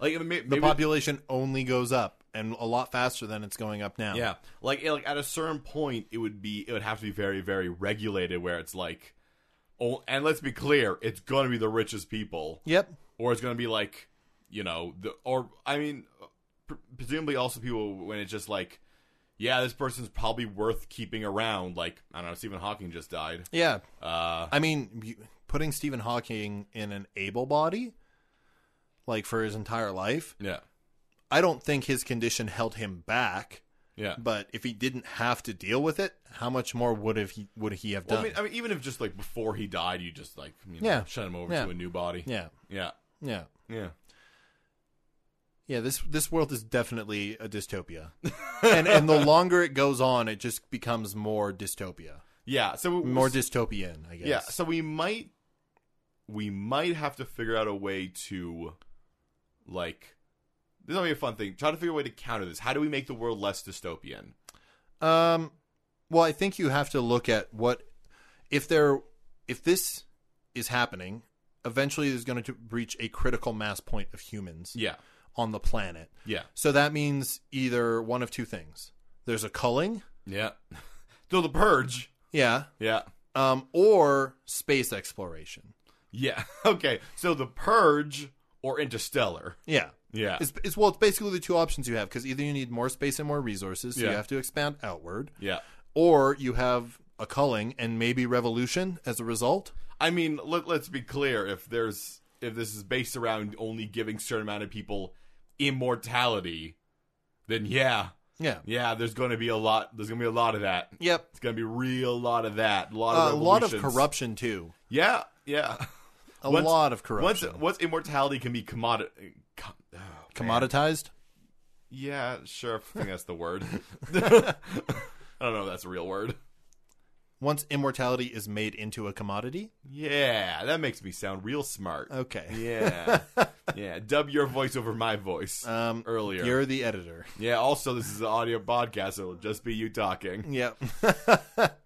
[SPEAKER 1] like may- maybe,
[SPEAKER 3] The population only goes up and a lot faster than it's going up now.
[SPEAKER 1] Yeah, like it- like at a certain point, it would be it would have to be very very regulated where it's like, oh, and let's be clear, it's gonna be the richest people,
[SPEAKER 3] Yep.
[SPEAKER 1] or it's gonna be like, you know, the or I mean, pr- presumably also people when it's just like, yeah, this person's probably worth keeping around. Like I don't know, Stephen Hawking just died.
[SPEAKER 3] Yeah.
[SPEAKER 1] Uh,
[SPEAKER 3] I mean, you- putting Stephen Hawking in an able body, like for his entire life,
[SPEAKER 1] yeah,
[SPEAKER 3] I don't think his condition held him back.
[SPEAKER 1] yeah.
[SPEAKER 3] But if he didn't have to deal with it, how much more would have he would he have done?
[SPEAKER 1] Well, I mean, I mean, even if just like before he died, you just like you know,
[SPEAKER 3] Yeah.
[SPEAKER 1] send him over
[SPEAKER 3] Yeah.
[SPEAKER 1] to a new body.
[SPEAKER 3] yeah,
[SPEAKER 1] yeah,
[SPEAKER 3] yeah,
[SPEAKER 1] yeah.
[SPEAKER 3] yeah. This this world is definitely a dystopia, and and the longer it goes on, it just becomes more dystopia,
[SPEAKER 1] Yeah, so
[SPEAKER 3] more dystopian. I guess.
[SPEAKER 1] Yeah, so we might we might have to figure out a way to like this might be a fun thing. Try to figure a way to counter this. How do we make the world less dystopian?
[SPEAKER 3] Um, well, I think you have to look at what if there if this is happening. Eventually, there's going to reach a critical mass point of humans
[SPEAKER 1] Yeah.
[SPEAKER 3] on the planet.
[SPEAKER 1] Yeah.
[SPEAKER 3] So that means either one of two things: there's a culling,
[SPEAKER 1] Yeah. so the purge.
[SPEAKER 3] yeah,
[SPEAKER 1] Yeah.
[SPEAKER 3] um, or space exploration,
[SPEAKER 1] Yeah. Okay. So the purge or interstellar.
[SPEAKER 3] yeah.
[SPEAKER 1] Yeah.
[SPEAKER 3] It's, it's well, it's basically the two options you have because either you need more space and more resources, so
[SPEAKER 1] Yeah.
[SPEAKER 3] you have to expand outward,
[SPEAKER 1] yeah.
[SPEAKER 3] or you have a culling and maybe revolution as a result.
[SPEAKER 1] I mean, let, let's be clear if there's if this is based around only giving certain amount of people immortality, then yeah.
[SPEAKER 3] Yeah.
[SPEAKER 1] Yeah, there's going to be a lot there's going to be a lot of that.
[SPEAKER 3] Yep.
[SPEAKER 1] It's gonna be real lot of that, a lot
[SPEAKER 3] Uh,
[SPEAKER 1] of
[SPEAKER 3] a lot of
[SPEAKER 1] revolutions.
[SPEAKER 3] corruption too.
[SPEAKER 1] Yeah, yeah.
[SPEAKER 3] A
[SPEAKER 1] Once-
[SPEAKER 3] lot of
[SPEAKER 1] Once
[SPEAKER 3] corruption.
[SPEAKER 1] once immortality can be commodity, com- oh, man.
[SPEAKER 3] Commoditized?
[SPEAKER 1] Yeah, sure. I think that's the word. I don't know if that's a real word.
[SPEAKER 3] Once immortality is made into a commodity?
[SPEAKER 1] Yeah, that makes me sound real smart.
[SPEAKER 3] Uh, Okay.
[SPEAKER 1] Yeah, yeah. Dub your voice over my voice
[SPEAKER 3] Um,
[SPEAKER 1] earlier.
[SPEAKER 3] You're the editor.
[SPEAKER 1] Yeah. Also, this is an audio podcast, so it'll just be you talking.
[SPEAKER 3] Yep.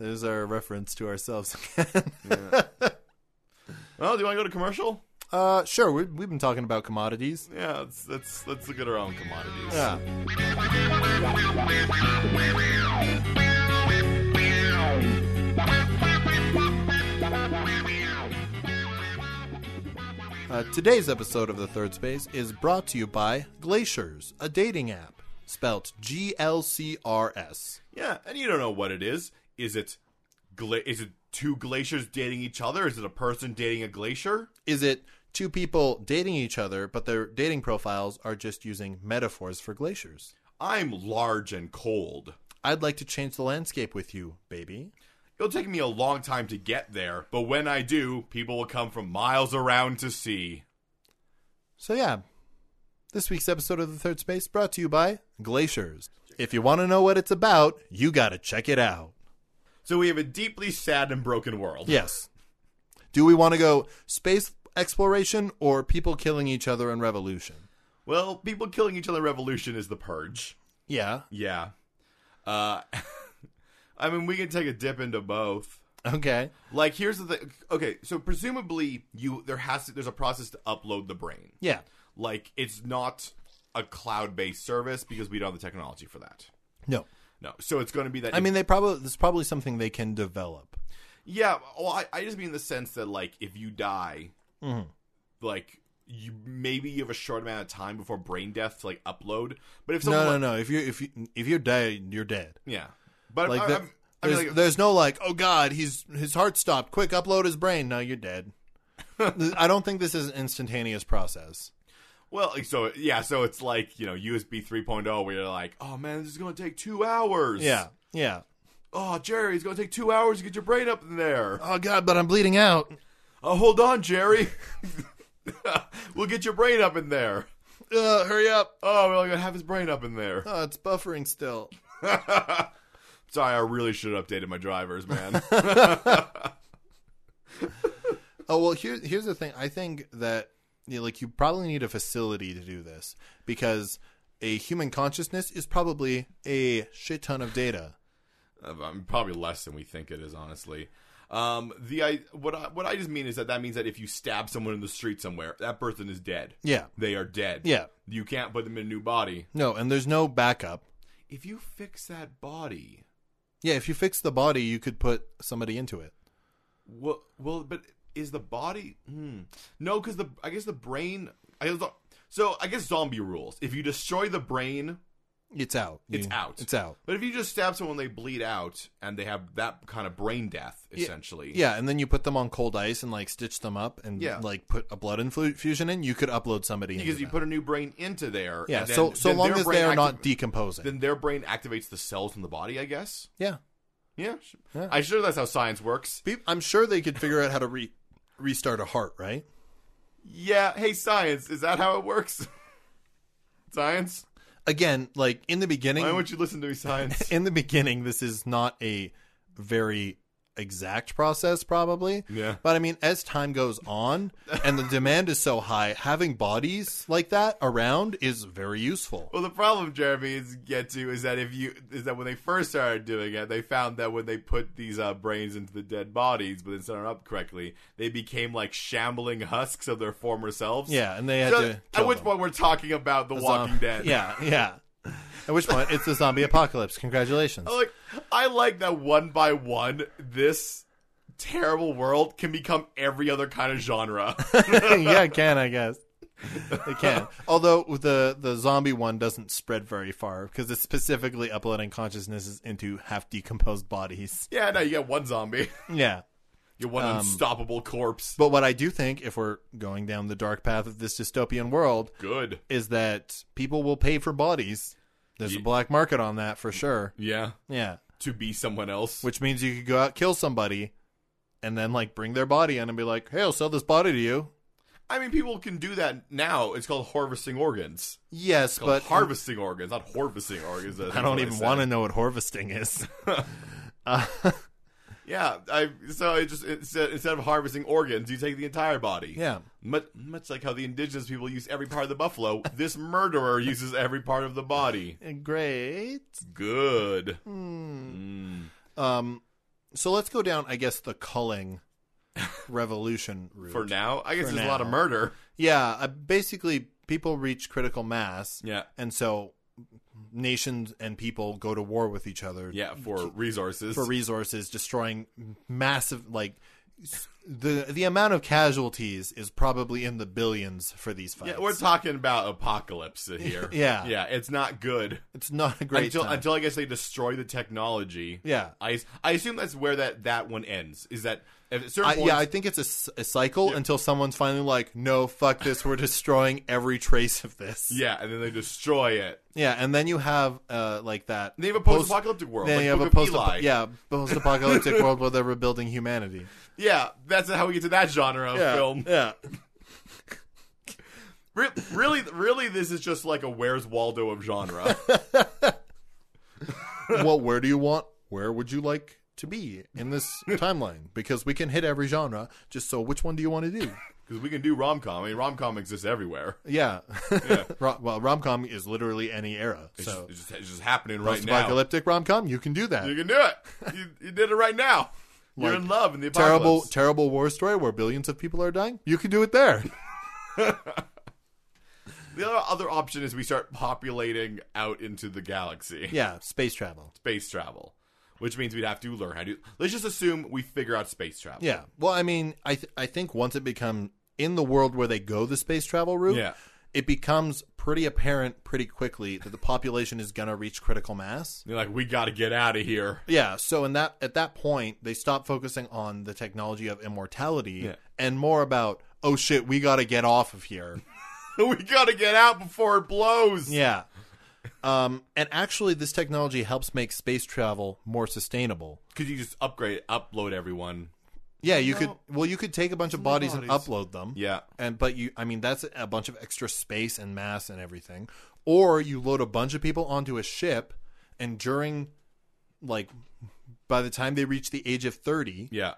[SPEAKER 3] There's our reference to ourselves again.
[SPEAKER 1] Oh, do you want to go to commercial?
[SPEAKER 3] uh, sure, we, we've been talking about commodities.
[SPEAKER 1] Yeah, let's let's, let's look at our own commodities.
[SPEAKER 3] Yeah. Uh, today's episode of The Third Space is brought to you by Glaciers, a dating app. spelt G L C R S.
[SPEAKER 1] Yeah, and you don't know what it is. Is it gla- is it two glaciers dating each other? Is it a person dating a glacier?
[SPEAKER 3] Is it two people dating each other, but their dating profiles are just using metaphors for glaciers?
[SPEAKER 1] I'm large and cold.
[SPEAKER 3] I'd like to change the landscape with you, baby.
[SPEAKER 1] It'll take me a long time to get there, but when I do, people will come from miles around to see.
[SPEAKER 3] So, yeah, this week's episode of The Third Space brought to you by Glaciers. If you want to know what it's about, you got to check it out.
[SPEAKER 1] So we have a deeply sad and broken world.
[SPEAKER 3] Yes. Do we want to go space exploration or people killing each other in revolution?
[SPEAKER 1] Well, people killing each other revolution is the purge.
[SPEAKER 3] Yeah.
[SPEAKER 1] Yeah. Uh I mean, we can take a dip into both.
[SPEAKER 3] Okay.
[SPEAKER 1] Like here's the thing. Okay, so presumably you there has to there's a process to upload the brain.
[SPEAKER 3] Yeah.
[SPEAKER 1] Like it's not a cloud-based service because we don't have the technology for that.
[SPEAKER 3] No.
[SPEAKER 1] No. So it's going to be that
[SPEAKER 3] I mean, they probably there's probably something they can develop.
[SPEAKER 1] Yeah, well, I, I just mean in the sense that like if you die,
[SPEAKER 3] Mm-hmm.
[SPEAKER 1] like you maybe you have a short amount of time before brain death to like upload. But if someone,
[SPEAKER 3] No, no,
[SPEAKER 1] like-
[SPEAKER 3] no. If you if you if you're dead, you're dead.
[SPEAKER 1] yeah, but
[SPEAKER 3] Like
[SPEAKER 1] I,
[SPEAKER 3] that.
[SPEAKER 1] I'm- I mean,
[SPEAKER 3] There's,
[SPEAKER 1] like,
[SPEAKER 3] there's no like, oh God, he's his heart stopped. Quick, upload his brain. No, you're dead. I don't think this is an instantaneous process.
[SPEAKER 1] well, like, so yeah, so it's like you know USB 3.0 where you're like, oh man, this is gonna take two hours.
[SPEAKER 3] Yeah, yeah.
[SPEAKER 1] Oh, Jerry, it's gonna take two hours to get your brain up in there.
[SPEAKER 3] Oh God, but I'm bleeding out.
[SPEAKER 1] Oh, hold on, Jerry. we'll get your brain up in there.
[SPEAKER 3] Uh, hurry up.
[SPEAKER 1] Oh, we're only gonna have his brain up in there.
[SPEAKER 3] Oh, it's buffering still.
[SPEAKER 1] Sorry, I really should have updated my drivers, man.
[SPEAKER 3] Oh well, here, here's the thing. I think that you know, like you probably need a facility to do this because a human consciousness is probably a shit ton of data.
[SPEAKER 1] um, probably less than we think it is honestly um the i what i what i just mean is that that means that if you stab someone in the street somewhere that person is dead
[SPEAKER 3] Yeah.
[SPEAKER 1] they are dead
[SPEAKER 3] Yeah.
[SPEAKER 1] you can't put them in a new body
[SPEAKER 3] No, and there's no backup.
[SPEAKER 1] if you fix that body
[SPEAKER 3] Yeah, if you fix the body, you could put somebody into it.
[SPEAKER 1] well well but is the body hmm. no because the i guess the brain i guess so i guess zombie rules if you destroy the brain
[SPEAKER 3] It's out.
[SPEAKER 1] It's
[SPEAKER 3] You-
[SPEAKER 1] out.
[SPEAKER 3] It's out.
[SPEAKER 1] but if you just stab someone they bleed out and they have that kind of brain death essentially
[SPEAKER 3] Yeah, and then you put them on cold ice and like stitch them up and
[SPEAKER 1] Yeah.
[SPEAKER 3] like put a blood infusion in. You could upload somebody into
[SPEAKER 1] because you
[SPEAKER 3] that.
[SPEAKER 1] put a new brain into there
[SPEAKER 3] yeah.
[SPEAKER 1] and then-
[SPEAKER 3] so so
[SPEAKER 1] then
[SPEAKER 3] long
[SPEAKER 1] their
[SPEAKER 3] as
[SPEAKER 1] brain
[SPEAKER 3] they are not
[SPEAKER 1] activ-
[SPEAKER 3] decomposing.
[SPEAKER 1] then their brain activates the cells in the body, I guess.
[SPEAKER 3] yeah,
[SPEAKER 1] Yeah, sh-
[SPEAKER 3] Yeah.
[SPEAKER 1] I'm sure that's how science works.
[SPEAKER 3] Be- I'm sure they could figure out how to re- restart a heart, right?
[SPEAKER 1] Yeah, hey, science, is that how it works? science,
[SPEAKER 3] Again, like in the beginning,
[SPEAKER 1] why won't you listen to me, science?
[SPEAKER 3] in the beginning, this is not a very exact process, probably.
[SPEAKER 1] Yeah.
[SPEAKER 3] But I mean, as time goes on and the demand is so high, having bodies like that around is very useful.
[SPEAKER 1] well, the problem, Jeremy, is get to is that if you is that when they first started doing it, they found that when they put these uh, brains into the dead bodies, but then set them up correctly, they became like shambling husks of their former selves.
[SPEAKER 3] Yeah, and they had
[SPEAKER 1] So,
[SPEAKER 3] to.
[SPEAKER 1] at
[SPEAKER 3] kill
[SPEAKER 1] which
[SPEAKER 3] them.
[SPEAKER 1] point we're talking about The
[SPEAKER 3] The
[SPEAKER 1] Walking
[SPEAKER 3] zom-
[SPEAKER 1] Dead.
[SPEAKER 3] Yeah, yeah. At which point it's the zombie apocalypse. Congratulations.
[SPEAKER 1] like I like that one by one this terrible world can become every other kind of genre.
[SPEAKER 3] yeah, it can I guess it can. Although the the zombie one doesn't spread very far because it's specifically uploading consciousnesses into half decomposed bodies.
[SPEAKER 1] yeah, no, you got one zombie.
[SPEAKER 3] Yeah.
[SPEAKER 1] You got one
[SPEAKER 3] Um,
[SPEAKER 1] unstoppable corpse.
[SPEAKER 3] But what I do think, if we're going down the dark path of this dystopian world,
[SPEAKER 1] Good.
[SPEAKER 3] is that people will pay for bodies. There's a
[SPEAKER 1] Ye-
[SPEAKER 3] black market on that for sure.
[SPEAKER 1] Yeah.
[SPEAKER 3] Yeah.
[SPEAKER 1] To be someone else.
[SPEAKER 3] Which means you could go out, kill somebody, and then like bring their body in and be like, hey, I'll sell this body to you.
[SPEAKER 1] I mean people can do that now. It's called harvesting organs.
[SPEAKER 3] Yes,
[SPEAKER 1] It's called
[SPEAKER 3] but
[SPEAKER 1] harvesting organs, not harvesting organs.
[SPEAKER 3] I don't even want to know what harvesting is.
[SPEAKER 1] Yeah, I so it just instead, instead of harvesting organs, you take the entire body.
[SPEAKER 3] Yeah.
[SPEAKER 1] Much, much like how the indigenous people use every part of the buffalo, this murderer uses every part of the body.
[SPEAKER 3] Eh, Great.
[SPEAKER 1] Good.
[SPEAKER 3] Hmm.
[SPEAKER 1] Hmm.
[SPEAKER 3] Um, so let's go down, I guess, the culling revolution route.
[SPEAKER 1] For now, I guess
[SPEAKER 3] For
[SPEAKER 1] there's a lot of
[SPEAKER 3] now.
[SPEAKER 1] murder.
[SPEAKER 3] Yeah, I, basically, people reach critical mass.
[SPEAKER 1] Yeah.
[SPEAKER 3] And so nations and people go to war with each other
[SPEAKER 1] Yeah, for resources.
[SPEAKER 3] for resources, destroying massive, like, s- the the amount of casualties is probably in the billions for these fights.
[SPEAKER 1] Yeah, we're talking about apocalypse here.
[SPEAKER 3] Yeah.
[SPEAKER 1] yeah, it's not good
[SPEAKER 3] it's not a great
[SPEAKER 1] until
[SPEAKER 3] time.
[SPEAKER 1] until I guess they destroy the technology.
[SPEAKER 3] yeah.
[SPEAKER 1] I I assume that's where that that one ends. Is that at a certain
[SPEAKER 3] I,
[SPEAKER 1] point?
[SPEAKER 3] yeah, I think it's a s- a, cycle until someone's finally like, "No, fuck this. We're destroying every trace of this."
[SPEAKER 1] yeah, and then they destroy it.
[SPEAKER 3] yeah, and then you have uh, like that.
[SPEAKER 1] They have a post-apocalyptic world.
[SPEAKER 3] Then
[SPEAKER 1] like
[SPEAKER 3] you have
[SPEAKER 1] Book
[SPEAKER 3] a
[SPEAKER 1] of
[SPEAKER 3] post,
[SPEAKER 1] Eli.
[SPEAKER 3] yeah, post-apocalyptic world where they're rebuilding humanity.
[SPEAKER 1] yeah. That's how we get to that genre of film.
[SPEAKER 3] yeah,
[SPEAKER 1] Re- really, really, this is just like a Where's Waldo of genre.
[SPEAKER 3] what where do you want where would you like to be in this timeline because we can hit every genre just so which one do you want to do
[SPEAKER 1] Because we can do rom com. I mean, rom com exists everywhere.
[SPEAKER 3] yeah, Ro- well rom-com is literally any era
[SPEAKER 1] It's,
[SPEAKER 3] so
[SPEAKER 1] just, it's, just, it's just happening right now.
[SPEAKER 3] post-apocalyptic rom-com you can do that
[SPEAKER 1] You can do it. You, you did it right now. You're
[SPEAKER 3] Like,
[SPEAKER 1] in love in the apocalypse.
[SPEAKER 3] terrible terrible war story where billions of people are dying you can do it there
[SPEAKER 1] The other, other option is we start populating out into the galaxy,
[SPEAKER 3] yeah space travel
[SPEAKER 1] space travel, which means we'd have to learn how to. Let's just assume we figure out space travel.
[SPEAKER 3] yeah well i mean i th- i think once it become in the world where they go the space travel route
[SPEAKER 1] Yeah.
[SPEAKER 3] it becomes pretty apparent pretty quickly that the population is going to reach critical mass
[SPEAKER 1] They're like, we got to get out of here.
[SPEAKER 3] Yeah, so in that at that point they stop focusing on the technology of immortality
[SPEAKER 1] Yeah.
[SPEAKER 3] and more about oh shit, we got to get off of here.
[SPEAKER 1] we got to get out before it blows.
[SPEAKER 3] yeah. Um and actually this technology helps make space travel more sustainable.
[SPEAKER 1] Because you just upgrade, upload everyone.
[SPEAKER 3] Yeah, you could well you could take a bunch of bodies, and
[SPEAKER 1] bodies.
[SPEAKER 3] upload them.
[SPEAKER 1] Yeah.
[SPEAKER 3] And but you I mean that's a bunch of extra space and mass and everything. Or you load a bunch of people onto a ship and during like by the time they reach the age of 30,
[SPEAKER 1] Yeah.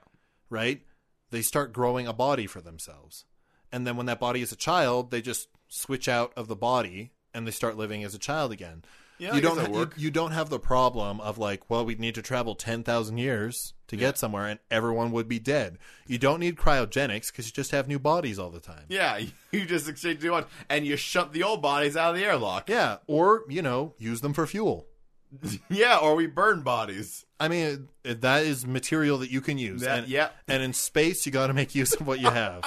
[SPEAKER 3] right? They start growing a body for themselves. And then when that body is a child, they just switch out of the body and they start living as a child again.
[SPEAKER 1] Yeah, I
[SPEAKER 3] you
[SPEAKER 1] guess
[SPEAKER 3] don't
[SPEAKER 1] that'd
[SPEAKER 3] you,
[SPEAKER 1] work.
[SPEAKER 3] you don't have the problem of like, well, we'd need to travel 10,000 years to get somewhere and everyone would be dead. You don't need cryogenics cuz you just have new bodies all the time.
[SPEAKER 1] Yeah. You just exchange the one and you shunt the old bodies out of the airlock.
[SPEAKER 3] yeah, or, you know, use them for fuel.
[SPEAKER 1] Yeah, or we burn bodies.
[SPEAKER 3] I mean, that is material that you can use.
[SPEAKER 1] That-
[SPEAKER 3] and,
[SPEAKER 1] yeah.
[SPEAKER 3] and in space, you got to make use of what you have.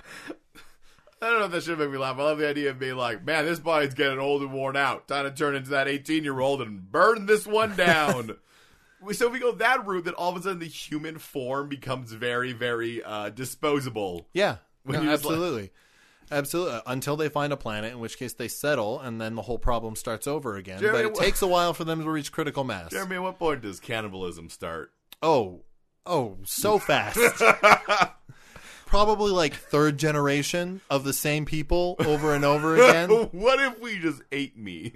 [SPEAKER 1] I don't know if that should make me laugh. I love the idea of being like, man, this body's getting old and worn out. Time to turn into that 18 year old and burn this one down. We- so if we go that route, then all of a sudden the human form becomes very, very uh, disposable.
[SPEAKER 3] Yeah,
[SPEAKER 1] When
[SPEAKER 3] No,
[SPEAKER 1] you just like-
[SPEAKER 3] absolutely, absolutely. Uh, Until they find a planet, in which case they settle, and then the whole problem starts over again.
[SPEAKER 1] Jeremy,
[SPEAKER 3] but it
[SPEAKER 1] wha-
[SPEAKER 3] takes a while for them to reach critical mass.
[SPEAKER 1] Jeremy, at what point does cannibalism start?
[SPEAKER 3] Oh, oh, so fast. Probably like third generation of the same people over and over again.
[SPEAKER 1] what if we just ate me?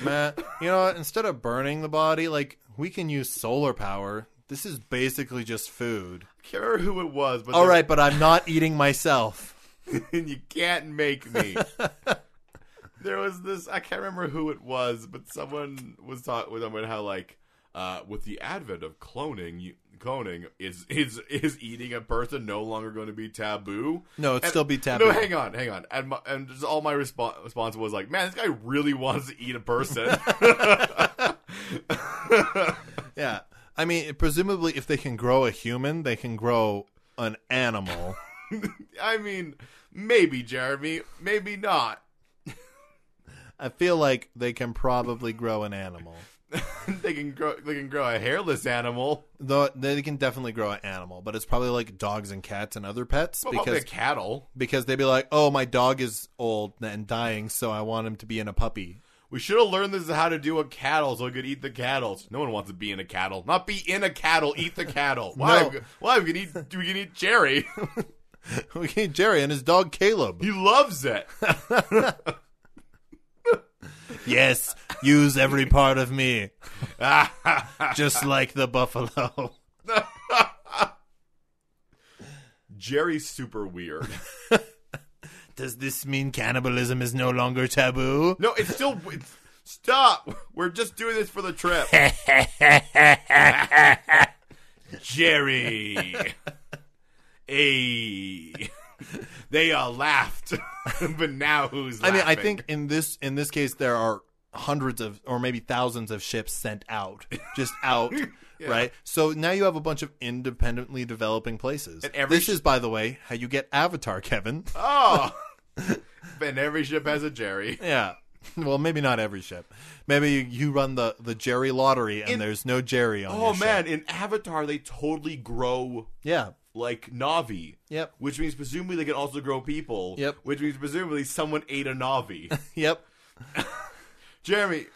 [SPEAKER 3] Matt, you know, what? instead of burning the body, like we can use solar power. This is basically just food.
[SPEAKER 1] I can't remember who it was, but
[SPEAKER 3] All
[SPEAKER 1] they-
[SPEAKER 3] right, but I'm not eating myself.
[SPEAKER 1] and you can't make me. there was this I can't remember who it was, but someone was talking with about how like uh, with the advent of cloning, you, cloning is is is eating a person no longer going to be taboo.
[SPEAKER 3] No, it'd
[SPEAKER 1] And-
[SPEAKER 3] still be taboo.
[SPEAKER 1] No, hang on, hang on, and my, and just all my respo- response was like, man, this guy really wants to eat a person.
[SPEAKER 3] Yeah. I mean, presumably, if they can grow a human, they can grow an animal.
[SPEAKER 1] I mean, maybe Jeremy, maybe not.
[SPEAKER 3] I feel like they can probably grow an animal.
[SPEAKER 1] they can grow they can grow a hairless animal,
[SPEAKER 3] Though they can definitely grow an animal, but it's probably like dogs and cats and other pets
[SPEAKER 1] What about
[SPEAKER 3] because
[SPEAKER 1] the cattle.
[SPEAKER 3] because they'd be like, "Oh, my dog is old and dying, so I want him to be in a puppy."
[SPEAKER 1] We should have learned this is how to do a cattle so we could eat the cattle. No one wants to be in a cattle. Not be in a cattle, eat the cattle. Why?
[SPEAKER 3] No.
[SPEAKER 1] Why? We can eat, we can eat Jerry.
[SPEAKER 3] okay, Jerry and his dog Caleb.
[SPEAKER 1] He loves it.
[SPEAKER 3] yes, use every part of me, just like the buffalo.
[SPEAKER 1] Jerry's super weird.
[SPEAKER 3] Does this mean cannibalism is no longer taboo?
[SPEAKER 1] No, it's still. It's, stop. We're just doing this for the trip. Jerry. Hey. They all laughed. but now who's
[SPEAKER 3] I
[SPEAKER 1] laughing?
[SPEAKER 3] mean, I think in this in this case there are hundreds of or maybe thousands of ships sent out, just out right? So now you have a bunch of independently developing places.
[SPEAKER 1] And every
[SPEAKER 3] this
[SPEAKER 1] sh-
[SPEAKER 3] is, by the way, how you get Avatar, Kevin.
[SPEAKER 1] Oh, and every ship has a Jerry.
[SPEAKER 3] yeah. Well, maybe not every ship. Maybe you, you run the the Jerry lottery and
[SPEAKER 1] In-
[SPEAKER 3] there's no Jerry on.
[SPEAKER 1] Oh
[SPEAKER 3] your ship.
[SPEAKER 1] man, in Avatar they totally grow
[SPEAKER 3] Yeah.
[SPEAKER 1] like Navi.
[SPEAKER 3] Yep.
[SPEAKER 1] Which means presumably they can also grow people.
[SPEAKER 3] Yep.
[SPEAKER 1] Which means presumably someone ate a Navi.
[SPEAKER 3] Yep.
[SPEAKER 1] Jeremy,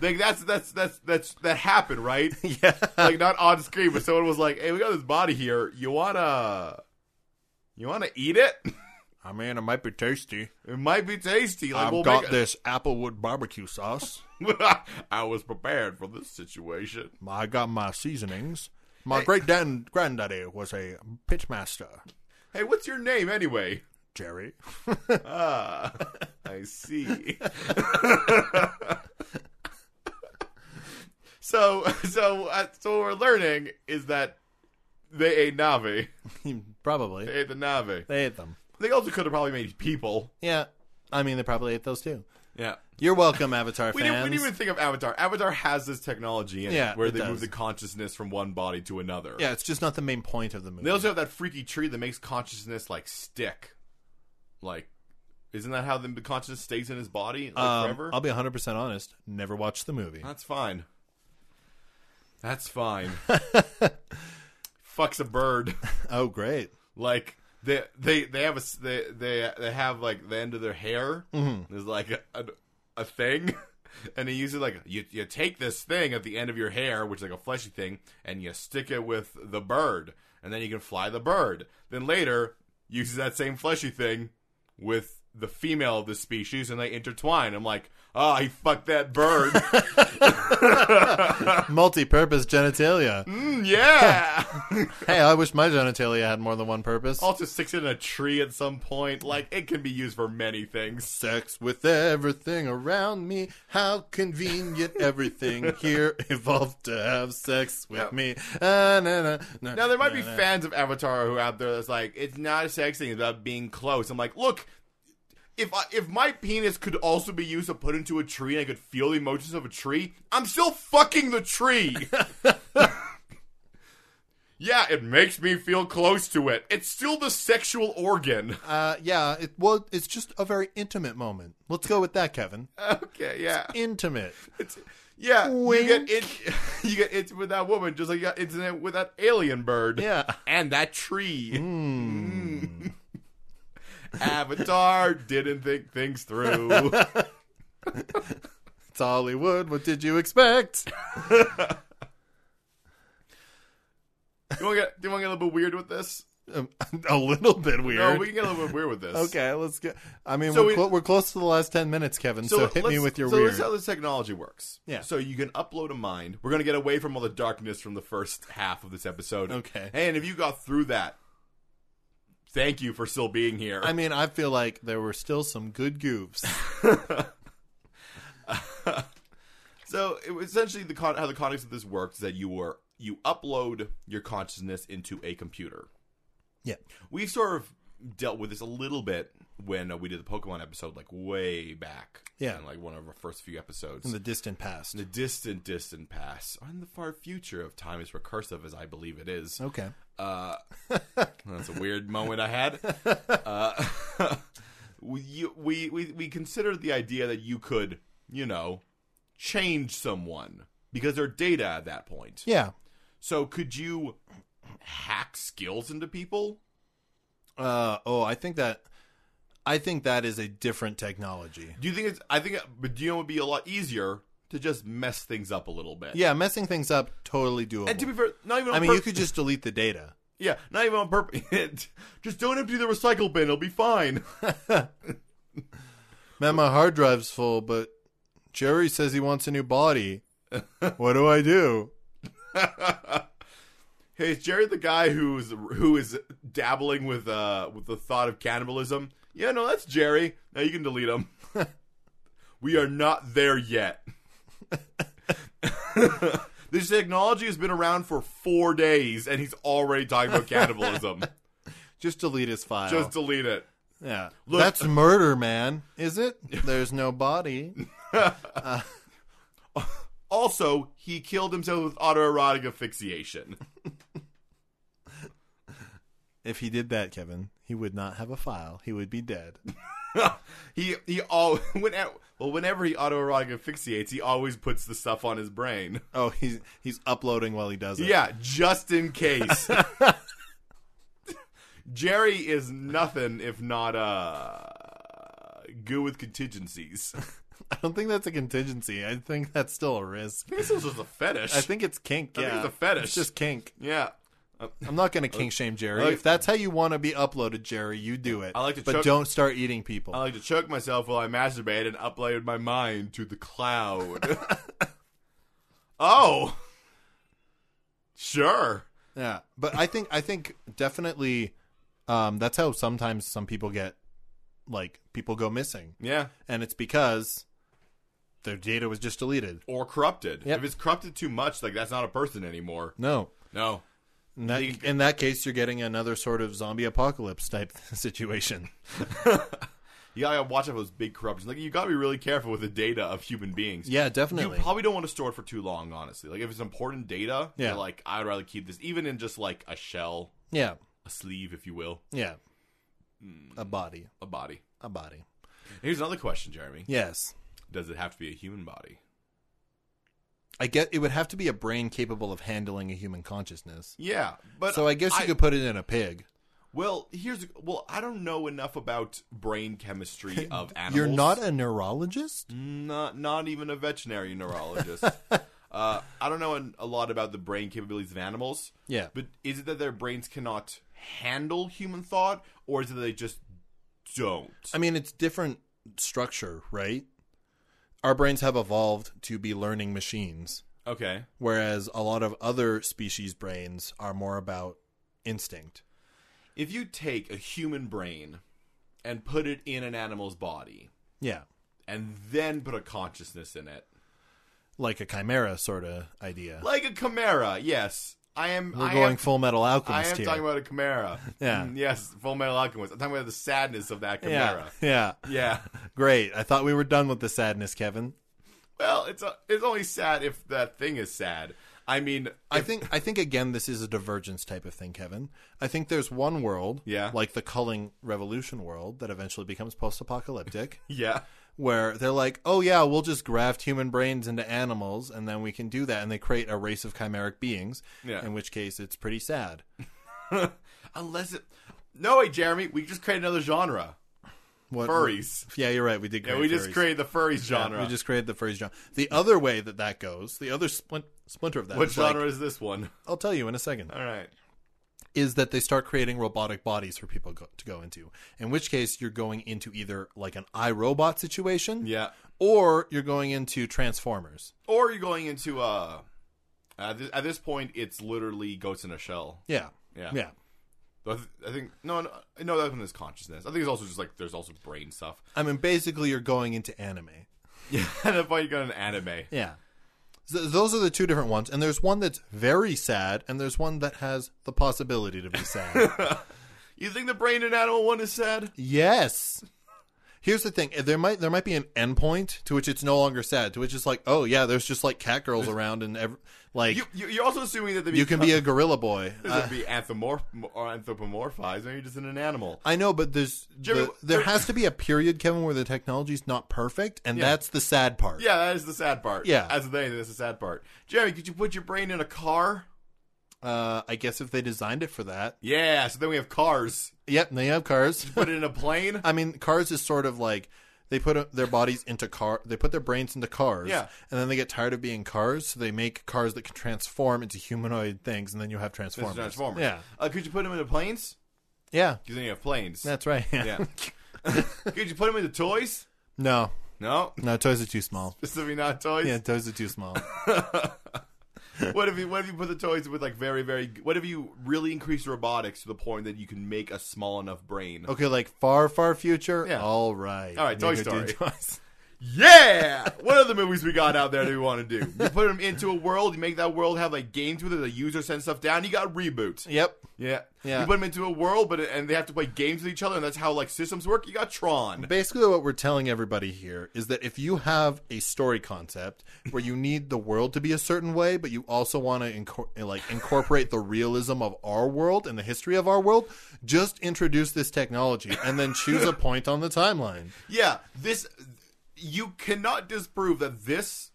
[SPEAKER 1] like that's that's that's that's that happened, right?
[SPEAKER 3] Yeah.
[SPEAKER 1] like not on screen, but someone was like, "Hey, we got this body here. You wanna, you wanna eat it?
[SPEAKER 3] I mean, it might be tasty.
[SPEAKER 1] It might be tasty. Like, we'll make a-
[SPEAKER 3] this applewood barbecue sauce.
[SPEAKER 1] I was prepared for this situation.
[SPEAKER 3] I got my seasonings. My great dan- granddaddy was a pitchmaster.
[SPEAKER 1] Hey, what's your name anyway?
[SPEAKER 3] Jerry.
[SPEAKER 1] Ah, I see. so, so, uh, so what we're learning is that they ate Navi.
[SPEAKER 3] probably.
[SPEAKER 1] They ate the Navi.
[SPEAKER 3] They ate them.
[SPEAKER 1] They also could have probably made people.
[SPEAKER 3] Yeah. I mean, they probably ate those too.
[SPEAKER 1] Yeah.
[SPEAKER 3] You're welcome, Avatar
[SPEAKER 1] We
[SPEAKER 3] fans.
[SPEAKER 1] didn't, we didn't even think of Avatar. Avatar has this technology in
[SPEAKER 3] Yeah,
[SPEAKER 1] it where
[SPEAKER 3] it
[SPEAKER 1] they
[SPEAKER 3] does.
[SPEAKER 1] move the consciousness from one body to another.
[SPEAKER 3] yeah, it's just not the main point of the
[SPEAKER 1] They
[SPEAKER 3] movie.
[SPEAKER 1] also have that freaky tree that makes consciousness like stick. Like, isn't that how the the consciousness stays in his body like,
[SPEAKER 3] Um,
[SPEAKER 1] forever?
[SPEAKER 3] I'll be 100% honest. Never watched the movie.
[SPEAKER 1] That's fine. That's fine. Fucks a bird.
[SPEAKER 3] Oh, great.
[SPEAKER 1] Like they they they have a s- they they they have like the end of their hair is like a, a, a thing, and he uses like you you take this thing at the end of your hair, which is like a fleshy thing, and you stick it with the bird, and then you can fly the bird. Then later uses that same fleshy thing with the female of the species, and they intertwine. I'm like, ah, he fucked that bird.
[SPEAKER 3] Multi purpose genitalia.
[SPEAKER 1] Mm, yeah.
[SPEAKER 3] hey, I wish my genitalia had more than one purpose.
[SPEAKER 1] also sticks it in a tree at some point. Like it can be used for many things.
[SPEAKER 3] Sex with everything around me. How convenient everything here evolved to have sex with
[SPEAKER 1] Yeah.
[SPEAKER 3] me. Ah, na, na, na,
[SPEAKER 1] Now there might
[SPEAKER 3] na,
[SPEAKER 1] be
[SPEAKER 3] na.
[SPEAKER 1] fans of Avatar who are out there that's like, it's not a sex thing; it's about being close. I'm like, look, if I, if my penis could also be used to put into a tree and I could feel the emotions of a tree, I'm still fucking the tree. yeah, it makes me feel close to it. It's still the sexual organ.
[SPEAKER 3] Uh, yeah, it well, it's just a very intimate moment. Let's go with that, Kevin.
[SPEAKER 1] Okay, yeah,
[SPEAKER 3] Intimate.
[SPEAKER 1] yeah.
[SPEAKER 3] Wink.
[SPEAKER 1] You get it. You get it with that woman, just like you got incident with that alien bird.
[SPEAKER 3] Yeah. Hmm.
[SPEAKER 1] and that tree. Mm. Avatar didn't think things through.
[SPEAKER 3] It's Hollywood. What did you expect?
[SPEAKER 1] You want to get, do you want to get a little bit weird with this?
[SPEAKER 3] Um, a little bit weird.
[SPEAKER 1] No, we can get a little bit weird with this.
[SPEAKER 3] Okay, let's get. I mean,
[SPEAKER 1] So
[SPEAKER 3] we're,
[SPEAKER 1] we-
[SPEAKER 3] clo- we're close to the last 10 minutes, Kevin, so, hit me
[SPEAKER 1] let's-
[SPEAKER 3] with your
[SPEAKER 1] so
[SPEAKER 3] weird.
[SPEAKER 1] this is how this technology works.
[SPEAKER 3] Yeah.
[SPEAKER 1] So you can upload a mind. We're gonna get away from all the darkness from the first half of this episode.
[SPEAKER 3] Okay.
[SPEAKER 1] And if you got through that, thank you for still being here.
[SPEAKER 3] I mean, I feel like there were still some good goofs.
[SPEAKER 1] So it, was essentially, the con- how the context of this works is that you were you upload your consciousness into a computer.
[SPEAKER 3] Yeah.
[SPEAKER 1] we sort of dealt with this a little bit when uh, we did the Pokemon episode, like way back.
[SPEAKER 3] Yeah.
[SPEAKER 1] in, like one of our first few episodes.
[SPEAKER 3] in the distant past.
[SPEAKER 1] In the distant, distant past, or in the far future of time is recursive, as I believe it is.
[SPEAKER 3] Okay.
[SPEAKER 1] Uh, that's a weird moment I had. Uh, we, you, we we we considered the idea that you could, you know, change someone because they're data at that point.
[SPEAKER 3] Yeah.
[SPEAKER 1] So could you hack skills into people?
[SPEAKER 3] Uh, oh, I think that. I think that is a different technology.
[SPEAKER 1] Do you think it's? I think, but do you know it would be a lot easier to just mess things up a little bit?
[SPEAKER 3] Yeah, messing things up totally doable.
[SPEAKER 1] And to be fair, not even. On
[SPEAKER 3] I mean,
[SPEAKER 1] pur-
[SPEAKER 3] you could just delete the data.
[SPEAKER 1] Yeah, not even on purpose. just don't empty the recycle bin; it'll be fine.
[SPEAKER 3] Man, my hard drive's full, but Jerry says he wants a new body. what do I do?
[SPEAKER 1] hey, is Jared the guy who's who is dabbling with uh with the thought of cannibalism? Yeah, no, that's Jerry. Now you can delete him. we are not there yet. this technology has been around for four days, and he's already talking about cannibalism.
[SPEAKER 3] Just delete his file.
[SPEAKER 1] just delete it.
[SPEAKER 3] yeah.
[SPEAKER 1] Look-
[SPEAKER 3] That's murder, man. Is it? There's no body.
[SPEAKER 1] All Also, he killed himself with autoerotic asphyxiation.
[SPEAKER 3] If he did that, Kevin, he would not have a file. He would be dead.
[SPEAKER 1] he he all whenever well whenever he autoerotic asphyxiates, he always puts the stuff on his brain.
[SPEAKER 3] Oh, he's he's uploading while he does it.
[SPEAKER 1] Yeah, just in case. Jerry is nothing if not uh goo with contingencies.
[SPEAKER 3] I don't think that's a contingency. I think that's still a risk.
[SPEAKER 1] This is just a fetish.
[SPEAKER 3] I think it's kink.
[SPEAKER 1] I
[SPEAKER 3] Yeah,
[SPEAKER 1] think it's a fetish.
[SPEAKER 3] It's just kink.
[SPEAKER 1] yeah.
[SPEAKER 3] I'm not going to kink shame Jerry.
[SPEAKER 1] I like-
[SPEAKER 3] if that's how you want to be uploaded, Jerry, you do it.
[SPEAKER 1] I like to
[SPEAKER 3] but
[SPEAKER 1] choke- Uh,
[SPEAKER 3] don't start eating people.
[SPEAKER 1] I like to choke myself while I masturbate and upload my mind to the cloud. oh. Sure.
[SPEAKER 3] yeah, but I think I think definitely um, that's how sometimes some people get like people go missing,
[SPEAKER 1] Yeah.
[SPEAKER 3] and it's because their data was just deleted.
[SPEAKER 1] Or corrupted.
[SPEAKER 3] Yep.
[SPEAKER 1] If it's corrupted too much, like that's not a person anymore.
[SPEAKER 3] No,
[SPEAKER 1] No.
[SPEAKER 3] in that,
[SPEAKER 1] You-
[SPEAKER 3] in that case, you're getting another sort of zombie apocalypse type situation.
[SPEAKER 1] You gotta watch out for those big corruptions. Like you gotta be really careful with the data of human beings.
[SPEAKER 3] Yeah, definitely.
[SPEAKER 1] You probably don't want to store it for too long, honestly. Like if it's important data,
[SPEAKER 3] Yeah.
[SPEAKER 1] you're like I'd rather keep this even in just like a shell,
[SPEAKER 3] yeah,
[SPEAKER 1] a sleeve, if you will,
[SPEAKER 3] yeah.
[SPEAKER 1] Hmm.
[SPEAKER 3] A body,
[SPEAKER 1] a body.
[SPEAKER 3] a body.
[SPEAKER 1] Here's another question, Jeremy.
[SPEAKER 3] Yes.
[SPEAKER 1] Does it have to be a human body?
[SPEAKER 3] I get it would have to be a brain capable of handling a human consciousness.
[SPEAKER 1] Yeah, but
[SPEAKER 3] So I guess you could put it in a pig.
[SPEAKER 1] Well, here's well, I don't know enough about brain chemistry of animals.
[SPEAKER 3] You're not a neurologist?
[SPEAKER 1] not not even a veterinary neurologist. uh, I don't know an, a lot about the brain capabilities of animals.
[SPEAKER 3] Yeah.
[SPEAKER 1] but is it that their brains cannot handle human thought, or is it that they just don't?
[SPEAKER 3] I mean, it's different structure, right? Our brains have evolved to be learning machines,
[SPEAKER 1] Okay,
[SPEAKER 3] whereas a lot of other species' brains are more about instinct.
[SPEAKER 1] if you take a human brain and put it in an animal's body,
[SPEAKER 3] Yeah.
[SPEAKER 1] and then put a consciousness in it,
[SPEAKER 3] Like a chimera sort of idea.
[SPEAKER 1] like a chimera. Yes, I am.
[SPEAKER 3] We're
[SPEAKER 1] I
[SPEAKER 3] going
[SPEAKER 1] am,
[SPEAKER 3] full metal
[SPEAKER 1] I
[SPEAKER 3] alchemist
[SPEAKER 1] am
[SPEAKER 3] here.
[SPEAKER 1] talking about a chimera.
[SPEAKER 3] Yeah.
[SPEAKER 1] Mm, yes, Full Metal Alchemist. I'm talking about the sadness of that
[SPEAKER 3] yeah.
[SPEAKER 1] chimera.
[SPEAKER 3] Yeah.
[SPEAKER 1] Yeah.
[SPEAKER 3] Great. I thought we were done with the sadness, Kevin.
[SPEAKER 1] Well, it's a, it's only sad if that thing is sad. I mean,
[SPEAKER 3] I think I think again this is a divergence type of thing, Kevin. I think there's one world,
[SPEAKER 1] Yeah.
[SPEAKER 3] like the culling revolution world that eventually becomes post-apocalyptic,
[SPEAKER 1] yeah,
[SPEAKER 3] where they're like, "Oh yeah, we'll just graft human brains into animals and then we can do that and they create a race of chimeric beings."
[SPEAKER 1] Yeah.
[SPEAKER 3] In which case it's pretty sad.
[SPEAKER 1] unless it. No way, Jeremy. We just created another genre,
[SPEAKER 3] What
[SPEAKER 1] furries.
[SPEAKER 3] Yeah, you're right. We did create
[SPEAKER 1] Yeah, we just
[SPEAKER 3] furries.
[SPEAKER 1] created the furries
[SPEAKER 3] Yeah,
[SPEAKER 1] genre.
[SPEAKER 3] we just created the furries genre. The other way that that goes, the other splint, splinter of that,
[SPEAKER 1] what
[SPEAKER 3] is like-
[SPEAKER 1] genre is this one?
[SPEAKER 3] I'll tell you in a second.
[SPEAKER 1] All right.
[SPEAKER 3] is that they start creating robotic bodies for people go- to go into. In which case, you're going into either like an iRobot situation,
[SPEAKER 1] Yeah.
[SPEAKER 3] or you're going into Transformers.
[SPEAKER 1] Or you're going into uh, at this, at this point, it's literally Ghost in a Shell.
[SPEAKER 3] Yeah,
[SPEAKER 1] Yeah.
[SPEAKER 3] yeah,
[SPEAKER 1] But I, th- I think no, no, no. That one is consciousness. I think it's also just like there's also brain stuff.
[SPEAKER 3] I mean, basically, you're going into anime.
[SPEAKER 1] Yeah, and if you got an anime.
[SPEAKER 3] Yeah, Th- those are the two different ones, and there's one that's very sad, and there's one that has the possibility to be sad.
[SPEAKER 1] You think the brain in animal one is sad?
[SPEAKER 3] yes. Here's the thing: there might there might be an endpoint to which it's no longer sad, to which it's like, oh yeah, there's just like cat girls around, and ev- like
[SPEAKER 1] You,
[SPEAKER 3] you,
[SPEAKER 1] you, you're also assuming that the
[SPEAKER 3] can be a uh, gorilla boy.
[SPEAKER 1] This would be anthropomorph- or anthropomorphized, or you're just in an animal.
[SPEAKER 3] I know, but there's
[SPEAKER 1] Jimmy,
[SPEAKER 3] the- there
[SPEAKER 1] there-
[SPEAKER 3] has to be a period, Kevin, where the technology's not perfect, and that's the sad part.
[SPEAKER 1] Yeah, that is the sad part.
[SPEAKER 3] Yeah.
[SPEAKER 1] As they, that's the sad part. Jeremy, could you put your brain in a car?
[SPEAKER 3] Uh, I guess if they designed it for that,
[SPEAKER 1] Yeah, so then we have cars.
[SPEAKER 3] yep, they have cars.
[SPEAKER 1] Put it in a plane?
[SPEAKER 3] I mean, cars is sort of like they put uh, their bodies into car, they put their brains into cars,
[SPEAKER 1] Yeah.
[SPEAKER 3] and then they get tired of being cars, so they make cars that can transform into humanoid things, and then you have
[SPEAKER 1] This is
[SPEAKER 3] transformers.
[SPEAKER 1] Transformers.
[SPEAKER 3] Yeah,
[SPEAKER 1] Uh, could you put them into planes?
[SPEAKER 3] yeah,
[SPEAKER 1] Because then you have planes.
[SPEAKER 3] that's right. Yeah.
[SPEAKER 1] Yeah. could you put them into toys?
[SPEAKER 3] no,
[SPEAKER 1] No.
[SPEAKER 3] no, toys are too small.
[SPEAKER 1] Specifically not toys.
[SPEAKER 3] Yeah, toys are too small.
[SPEAKER 1] What if you what if you put the toys with like very very what if you really increase robotics to the point that you can make a small enough brain?
[SPEAKER 3] Oh. Okay, like far, far future.
[SPEAKER 1] Yeah.
[SPEAKER 3] All right.
[SPEAKER 1] All right, Toy
[SPEAKER 3] Nigger did
[SPEAKER 1] Story.
[SPEAKER 3] toys.
[SPEAKER 1] Yeah, what other movies we got out there do we want to do? You put them into a world, you make that world have like games with it. The user sends stuff down. You got reboots.
[SPEAKER 3] Yep.
[SPEAKER 1] Yeah,
[SPEAKER 3] Yeah.
[SPEAKER 1] You put them into a world, but and they have to play games with each other, and that's how like systems work. You got Tron.
[SPEAKER 3] Basically, what we're telling everybody here is that if you have a story concept where you need the world to be a certain way, but you also want to incor- like incorporate the realism of our world and the history of our world, just introduce this technology and then choose a point on the timeline.
[SPEAKER 1] Yeah, this you cannot disprove that this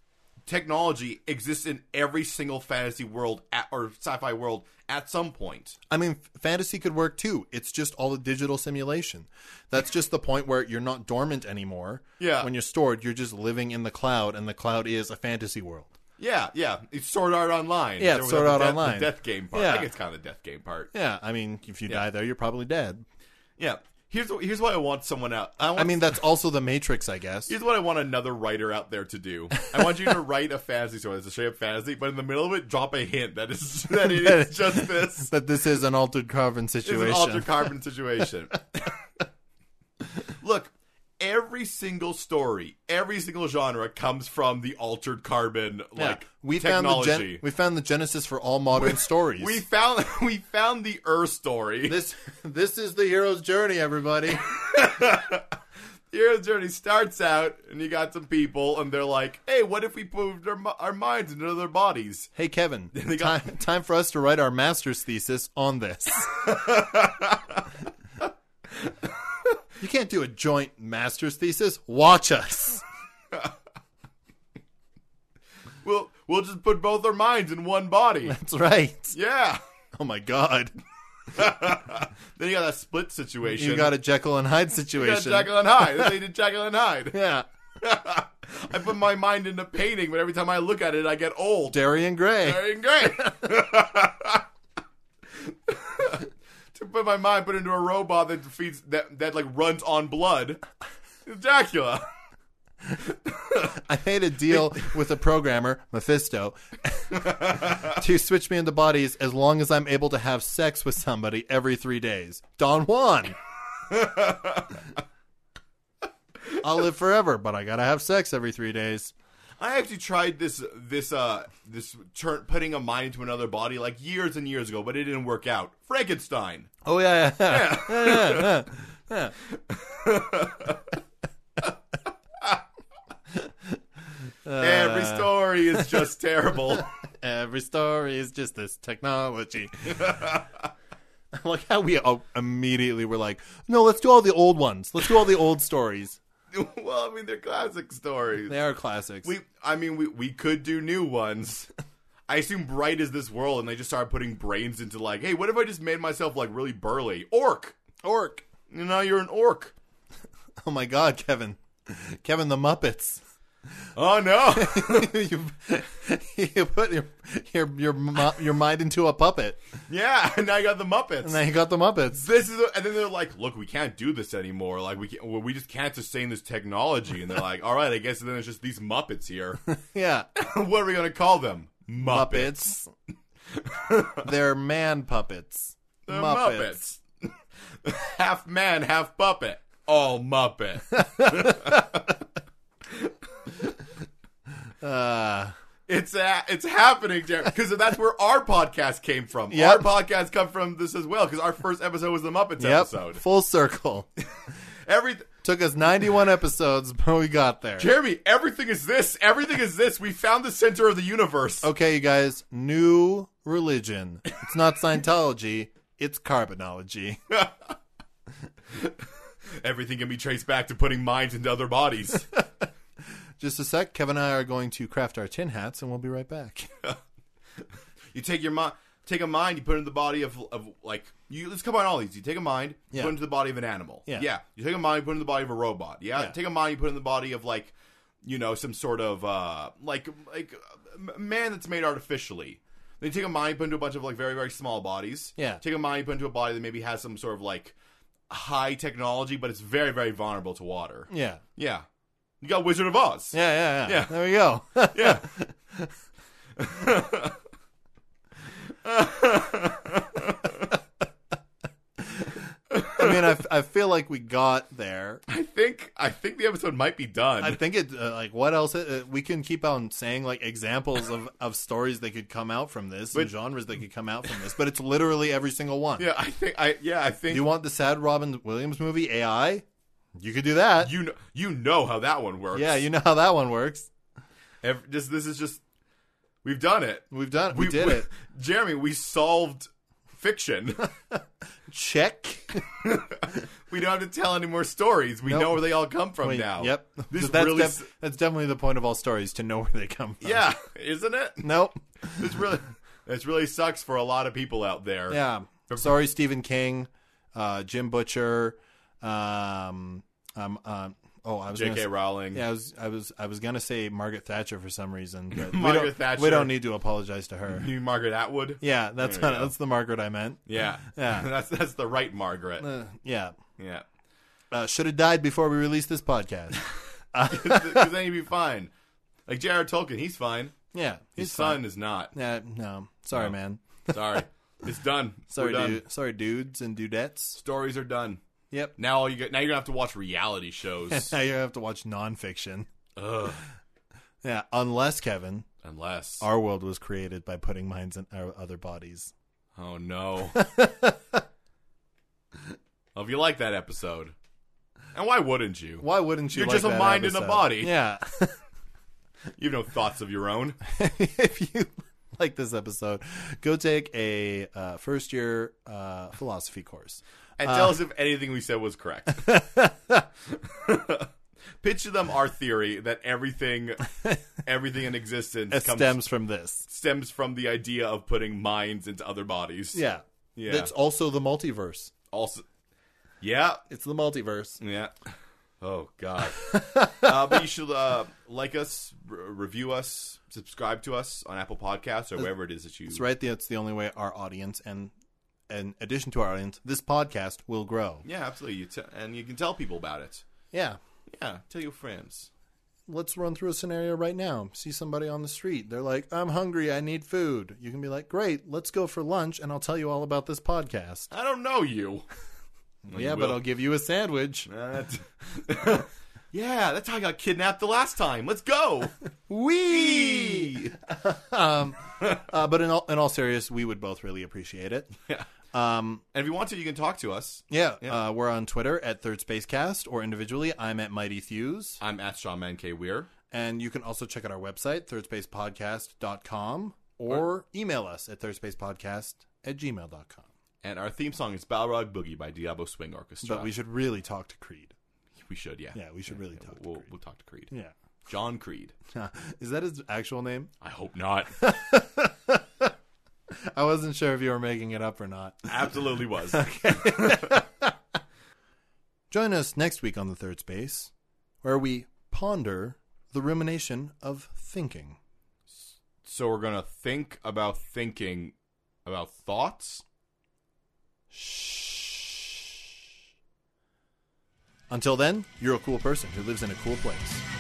[SPEAKER 1] technology exists in every single fantasy world at, or sci-fi world at some point.
[SPEAKER 3] I mean, f- fantasy could work too. It's just all a digital simulation. That's just the point where you're not dormant anymore.
[SPEAKER 1] Yeah.
[SPEAKER 3] When you're stored, you're just living in the cloud, and the cloud is a fantasy world.
[SPEAKER 1] Yeah, yeah. It's Sword Art Online.
[SPEAKER 3] Yeah,
[SPEAKER 1] There was
[SPEAKER 3] Sword
[SPEAKER 1] the
[SPEAKER 3] Art
[SPEAKER 1] death- the
[SPEAKER 3] Online.
[SPEAKER 1] death game part.
[SPEAKER 3] Yeah.
[SPEAKER 1] I think it's kind of the death game part.
[SPEAKER 3] Yeah, I mean, if you die there, you're probably dead.
[SPEAKER 1] Yeah. Here's what- here's why I want someone out. I, want,
[SPEAKER 3] I mean, that's also the Matrix, I guess.
[SPEAKER 1] here's what I want another writer out there to do. I want you to write a fantasy story. It's a straight up fantasy, but in the middle of it, drop a hint that is that it is just this.
[SPEAKER 3] That this is an altered carbon
[SPEAKER 1] It's
[SPEAKER 3] situation.
[SPEAKER 1] an altered carbon situation. Look, every single story, every single genre comes from the altered carbon
[SPEAKER 3] Yeah.
[SPEAKER 1] like
[SPEAKER 3] we
[SPEAKER 1] technology.
[SPEAKER 3] found the gen- we found the genesis for all modern stories.
[SPEAKER 1] we found we found the Ur story.
[SPEAKER 3] this this is the hero's journey, everybody.
[SPEAKER 1] Your journey starts out, and you got some people, and they're like, "Hey, what if we moved our, mi- our minds into their bodies?"
[SPEAKER 3] hey, Kevin,
[SPEAKER 1] They got-
[SPEAKER 3] time, time for us to write our master's thesis on this. you can't do a joint master's thesis. Watch us.
[SPEAKER 1] We'll we'll just put both our minds in one body.
[SPEAKER 3] That's right.
[SPEAKER 1] yeah.
[SPEAKER 3] Oh my God,
[SPEAKER 1] Then you got that split situation.
[SPEAKER 3] you got a Jekyll and Hyde
[SPEAKER 1] You got
[SPEAKER 3] situation.
[SPEAKER 1] Jekyll and Hyde. They did Jekyll and Hyde.
[SPEAKER 3] yeah,
[SPEAKER 1] I put my mind into painting, but every time I look at it, I get old.
[SPEAKER 3] Darian Gray.
[SPEAKER 1] Very great. to put my mind put into a robot that feeds that that like runs on blood. Dracula.
[SPEAKER 3] I made a deal with a programmer, Mephisto, to switch me into bodies as long as I'm able to have sex with somebody every three days. Don Juan. I'll live forever, but I gotta have sex every three days.
[SPEAKER 1] I actually tried this this uh this turn putting a mind into another body like years and years ago, but it didn't work out. Frankenstein.
[SPEAKER 3] Oh yeah, yeah. yeah. yeah, yeah.
[SPEAKER 1] Uh. Every story is just terrible.
[SPEAKER 3] Every story is just this technology. I like how we all immediately were like, no, let's do all the old ones. Let's do all the old stories.
[SPEAKER 1] well, I mean, they're classic stories.
[SPEAKER 3] They are classics.
[SPEAKER 1] We, I mean, we we could do new ones. I assume Bright is this world, and they just started putting brains into like, hey, what if I just made myself like really burly orc?
[SPEAKER 3] orc.
[SPEAKER 1] You know, you're an orc.
[SPEAKER 3] Oh my God, Kevin. Kevin the Muppets.
[SPEAKER 1] Oh no!
[SPEAKER 3] you, you put your your your, mu- your mind into a puppet,
[SPEAKER 1] yeah, and now you got the Muppets.
[SPEAKER 3] and then you got the Muppets.
[SPEAKER 1] this is, and then they're like, "Look, we can't do this anymore. Like, we can't, well, we just can't sustain this technology." And they're like, "All right, I guess." then it's just these Muppets here.
[SPEAKER 3] Yeah,
[SPEAKER 1] what are we gonna call them? Muppets.
[SPEAKER 3] Muppets. They're man puppets.
[SPEAKER 1] They're Muppets. half man, half puppet. All Muppet.
[SPEAKER 3] Uh,
[SPEAKER 1] It's a, it's happening, Jared, because that's where our podcast came from.
[SPEAKER 3] Yep.
[SPEAKER 1] Our podcast come from this as well, because our first episode was the Muppets
[SPEAKER 3] yep.
[SPEAKER 1] episode.
[SPEAKER 3] Full circle.
[SPEAKER 1] Every
[SPEAKER 3] Took us 91 episodes, but we got there.
[SPEAKER 1] Jeremy, everything is this. Everything is this. We found the center of the universe.
[SPEAKER 3] Okay, you guys. New religion. It's not Scientology. It's carbonology.
[SPEAKER 1] Everything can be traced back to putting minds into other bodies.
[SPEAKER 3] Just a sec. Kevin and I are going to craft our tin hats, and we'll be right back.
[SPEAKER 1] you take your mind, take a mind, you put it in the body of of like you. Let's come on all these. You take a mind, you
[SPEAKER 3] Yeah.
[SPEAKER 1] put it into the body of an animal.
[SPEAKER 3] Yeah.
[SPEAKER 1] yeah. You take a mind, you put it in the body of a robot. Yeah.
[SPEAKER 3] Yeah.
[SPEAKER 1] Take a mind, you put it in the body of like you know some sort of uh like like uh, m- man that's made artificially. Then you take a mind, you put it into a bunch of like very very small bodies.
[SPEAKER 3] Yeah.
[SPEAKER 1] Take a mind, you put it into a body that maybe has some sort of like high technology, but it's very very vulnerable to water.
[SPEAKER 3] Yeah.
[SPEAKER 1] Yeah. You got Wizard of Oz.
[SPEAKER 3] Yeah, yeah, yeah.
[SPEAKER 1] Yeah.
[SPEAKER 3] There we go.
[SPEAKER 1] Yeah.
[SPEAKER 3] I mean, I, I feel like we got there.
[SPEAKER 1] I think I think the episode might be done.
[SPEAKER 3] I think it uh, like what else uh, we can keep on saying like examples of of stories that could come out from this and genres that could come out from this, but it's literally every single one.
[SPEAKER 1] yeah, I think I yeah, I
[SPEAKER 3] Do
[SPEAKER 1] think
[SPEAKER 3] you want the sad Robin Williams movie AI? You could do that.
[SPEAKER 1] you know you know how that one works.
[SPEAKER 3] yeah, you know how that one works.
[SPEAKER 1] Ev- just this is just we've done it.
[SPEAKER 3] We've done. We, did it.
[SPEAKER 1] Jeremy. We solved fiction.
[SPEAKER 3] Check.
[SPEAKER 1] we don't have to tell any more stories. We
[SPEAKER 3] Nope.
[SPEAKER 1] know where they all come from
[SPEAKER 3] Wait,
[SPEAKER 1] now.
[SPEAKER 3] Yep.
[SPEAKER 1] This
[SPEAKER 3] that's,
[SPEAKER 1] really
[SPEAKER 3] def-
[SPEAKER 1] s-
[SPEAKER 3] that's definitely the point of all stories to know where they come from.
[SPEAKER 1] Yeah, isn't it?
[SPEAKER 3] Nope.
[SPEAKER 1] This really this really sucks for a lot of people out there.
[SPEAKER 3] Yeah. Sorry, Stephen King, uh, Jim Butcher. Um, um, um, oh, I was gonna
[SPEAKER 1] J.K.
[SPEAKER 3] say-
[SPEAKER 1] Rowling.
[SPEAKER 3] Yeah, I was, I was, I was gonna say Margaret Thatcher for some reason. But we
[SPEAKER 1] Margaret
[SPEAKER 3] don't,
[SPEAKER 1] Thatcher.
[SPEAKER 3] We don't need to apologize to her.
[SPEAKER 1] You mean Margaret Atwood.
[SPEAKER 3] Yeah, that's
[SPEAKER 1] There you
[SPEAKER 3] not,
[SPEAKER 1] go.
[SPEAKER 3] that's the Margaret I meant.
[SPEAKER 1] Yeah.
[SPEAKER 3] Yeah.
[SPEAKER 1] that's that's the right Margaret.
[SPEAKER 3] Uh, yeah,
[SPEAKER 1] yeah.
[SPEAKER 3] uh, should have died before we released this podcast.
[SPEAKER 1] Because then you'd be fine. Like J.R. Tolkien, he's fine.
[SPEAKER 3] Yeah,
[SPEAKER 1] His
[SPEAKER 3] he's
[SPEAKER 1] son is not.
[SPEAKER 3] fine. Yeah, no, sorry,
[SPEAKER 1] No.
[SPEAKER 3] man.
[SPEAKER 1] Sorry. it's done.
[SPEAKER 3] Sorry,
[SPEAKER 1] We're done.
[SPEAKER 3] dude. Sorry, dudes and dudettes.
[SPEAKER 1] Stories are done.
[SPEAKER 3] Yep.
[SPEAKER 1] Now all you get, now you're gonna have to watch reality shows.
[SPEAKER 3] now you have to watch nonfiction.
[SPEAKER 1] Ugh.
[SPEAKER 3] Yeah, unless Kevin,
[SPEAKER 1] Unless.
[SPEAKER 3] our world was created by putting minds in our other bodies.
[SPEAKER 1] oh no. well, if you like that episode, and why wouldn't you?
[SPEAKER 3] Why wouldn't you?
[SPEAKER 1] You're
[SPEAKER 3] like
[SPEAKER 1] just a
[SPEAKER 3] that
[SPEAKER 1] mind and a
[SPEAKER 3] episode?
[SPEAKER 1] body.
[SPEAKER 3] Yeah.
[SPEAKER 1] You have no thoughts of your own.
[SPEAKER 3] if you like this episode, go take a uh, first year uh, philosophy course.
[SPEAKER 1] And
[SPEAKER 3] Uh.
[SPEAKER 1] tell us if anything we said was correct. Pitch to them our theory that everything everything in existence
[SPEAKER 3] It
[SPEAKER 1] comes
[SPEAKER 3] stems from this.
[SPEAKER 1] stems from the idea of putting minds into other bodies.
[SPEAKER 3] Yeah.
[SPEAKER 1] Yeah.
[SPEAKER 3] It's also the multiverse.
[SPEAKER 1] Also Yeah.
[SPEAKER 3] It's the multiverse.
[SPEAKER 1] Yeah. Oh God! uh, but you should uh, like us, r- review us, subscribe to us on Apple Podcasts or wherever it is that you.
[SPEAKER 3] It's right. That's the only way our audience and in addition to our audience, this podcast will grow.
[SPEAKER 1] Yeah, absolutely. You te- and you can tell people about it.
[SPEAKER 3] Yeah.
[SPEAKER 1] Yeah, tell your friends.
[SPEAKER 3] Let's run through a scenario right now. See somebody on the street. They're like, I'm hungry. I need food. You can be like, great. Let's go for lunch and I'll tell you all about this podcast.
[SPEAKER 1] I don't know you.
[SPEAKER 3] yeah,
[SPEAKER 1] you
[SPEAKER 3] but
[SPEAKER 1] will.
[SPEAKER 3] I'll give you a sandwich.
[SPEAKER 1] Uh, that's- yeah, that's how I got kidnapped the last time. Let's go.
[SPEAKER 3] Wee!
[SPEAKER 1] Eee.
[SPEAKER 3] um, uh, but in all, in all seriousness, we would both really appreciate it.
[SPEAKER 1] Yeah.
[SPEAKER 3] Um,
[SPEAKER 1] And if you want to, you can talk to us.
[SPEAKER 3] yeah, Uh, we're on Twitter at Third Space Cast or individually. I'm at Mighty Thews.
[SPEAKER 1] I'm at Sean Man K. Weir.
[SPEAKER 3] And you can also check out our website, thirdspacepodcast.com, or email us at thirdspacepodcast at gmail.com.
[SPEAKER 1] And our theme song is Balrog Boogie by Diablo Swing Orchestra.
[SPEAKER 3] But we should really talk to Creed.
[SPEAKER 1] we should, yeah.
[SPEAKER 3] Yeah, we should really talk
[SPEAKER 1] We'll,
[SPEAKER 3] to
[SPEAKER 1] we'll talk to Creed.
[SPEAKER 3] Creed.
[SPEAKER 1] John Creed.
[SPEAKER 3] Yeah. Is that his actual name?
[SPEAKER 1] I hope not.
[SPEAKER 3] I wasn't sure if you were making it up or not.
[SPEAKER 1] Absolutely was.
[SPEAKER 3] Join us next week on The Third Space, where we ponder the rumination of thinking.
[SPEAKER 1] So we're gonna think about thinking about thoughts.
[SPEAKER 3] Until then, you're a cool person who lives in a cool place.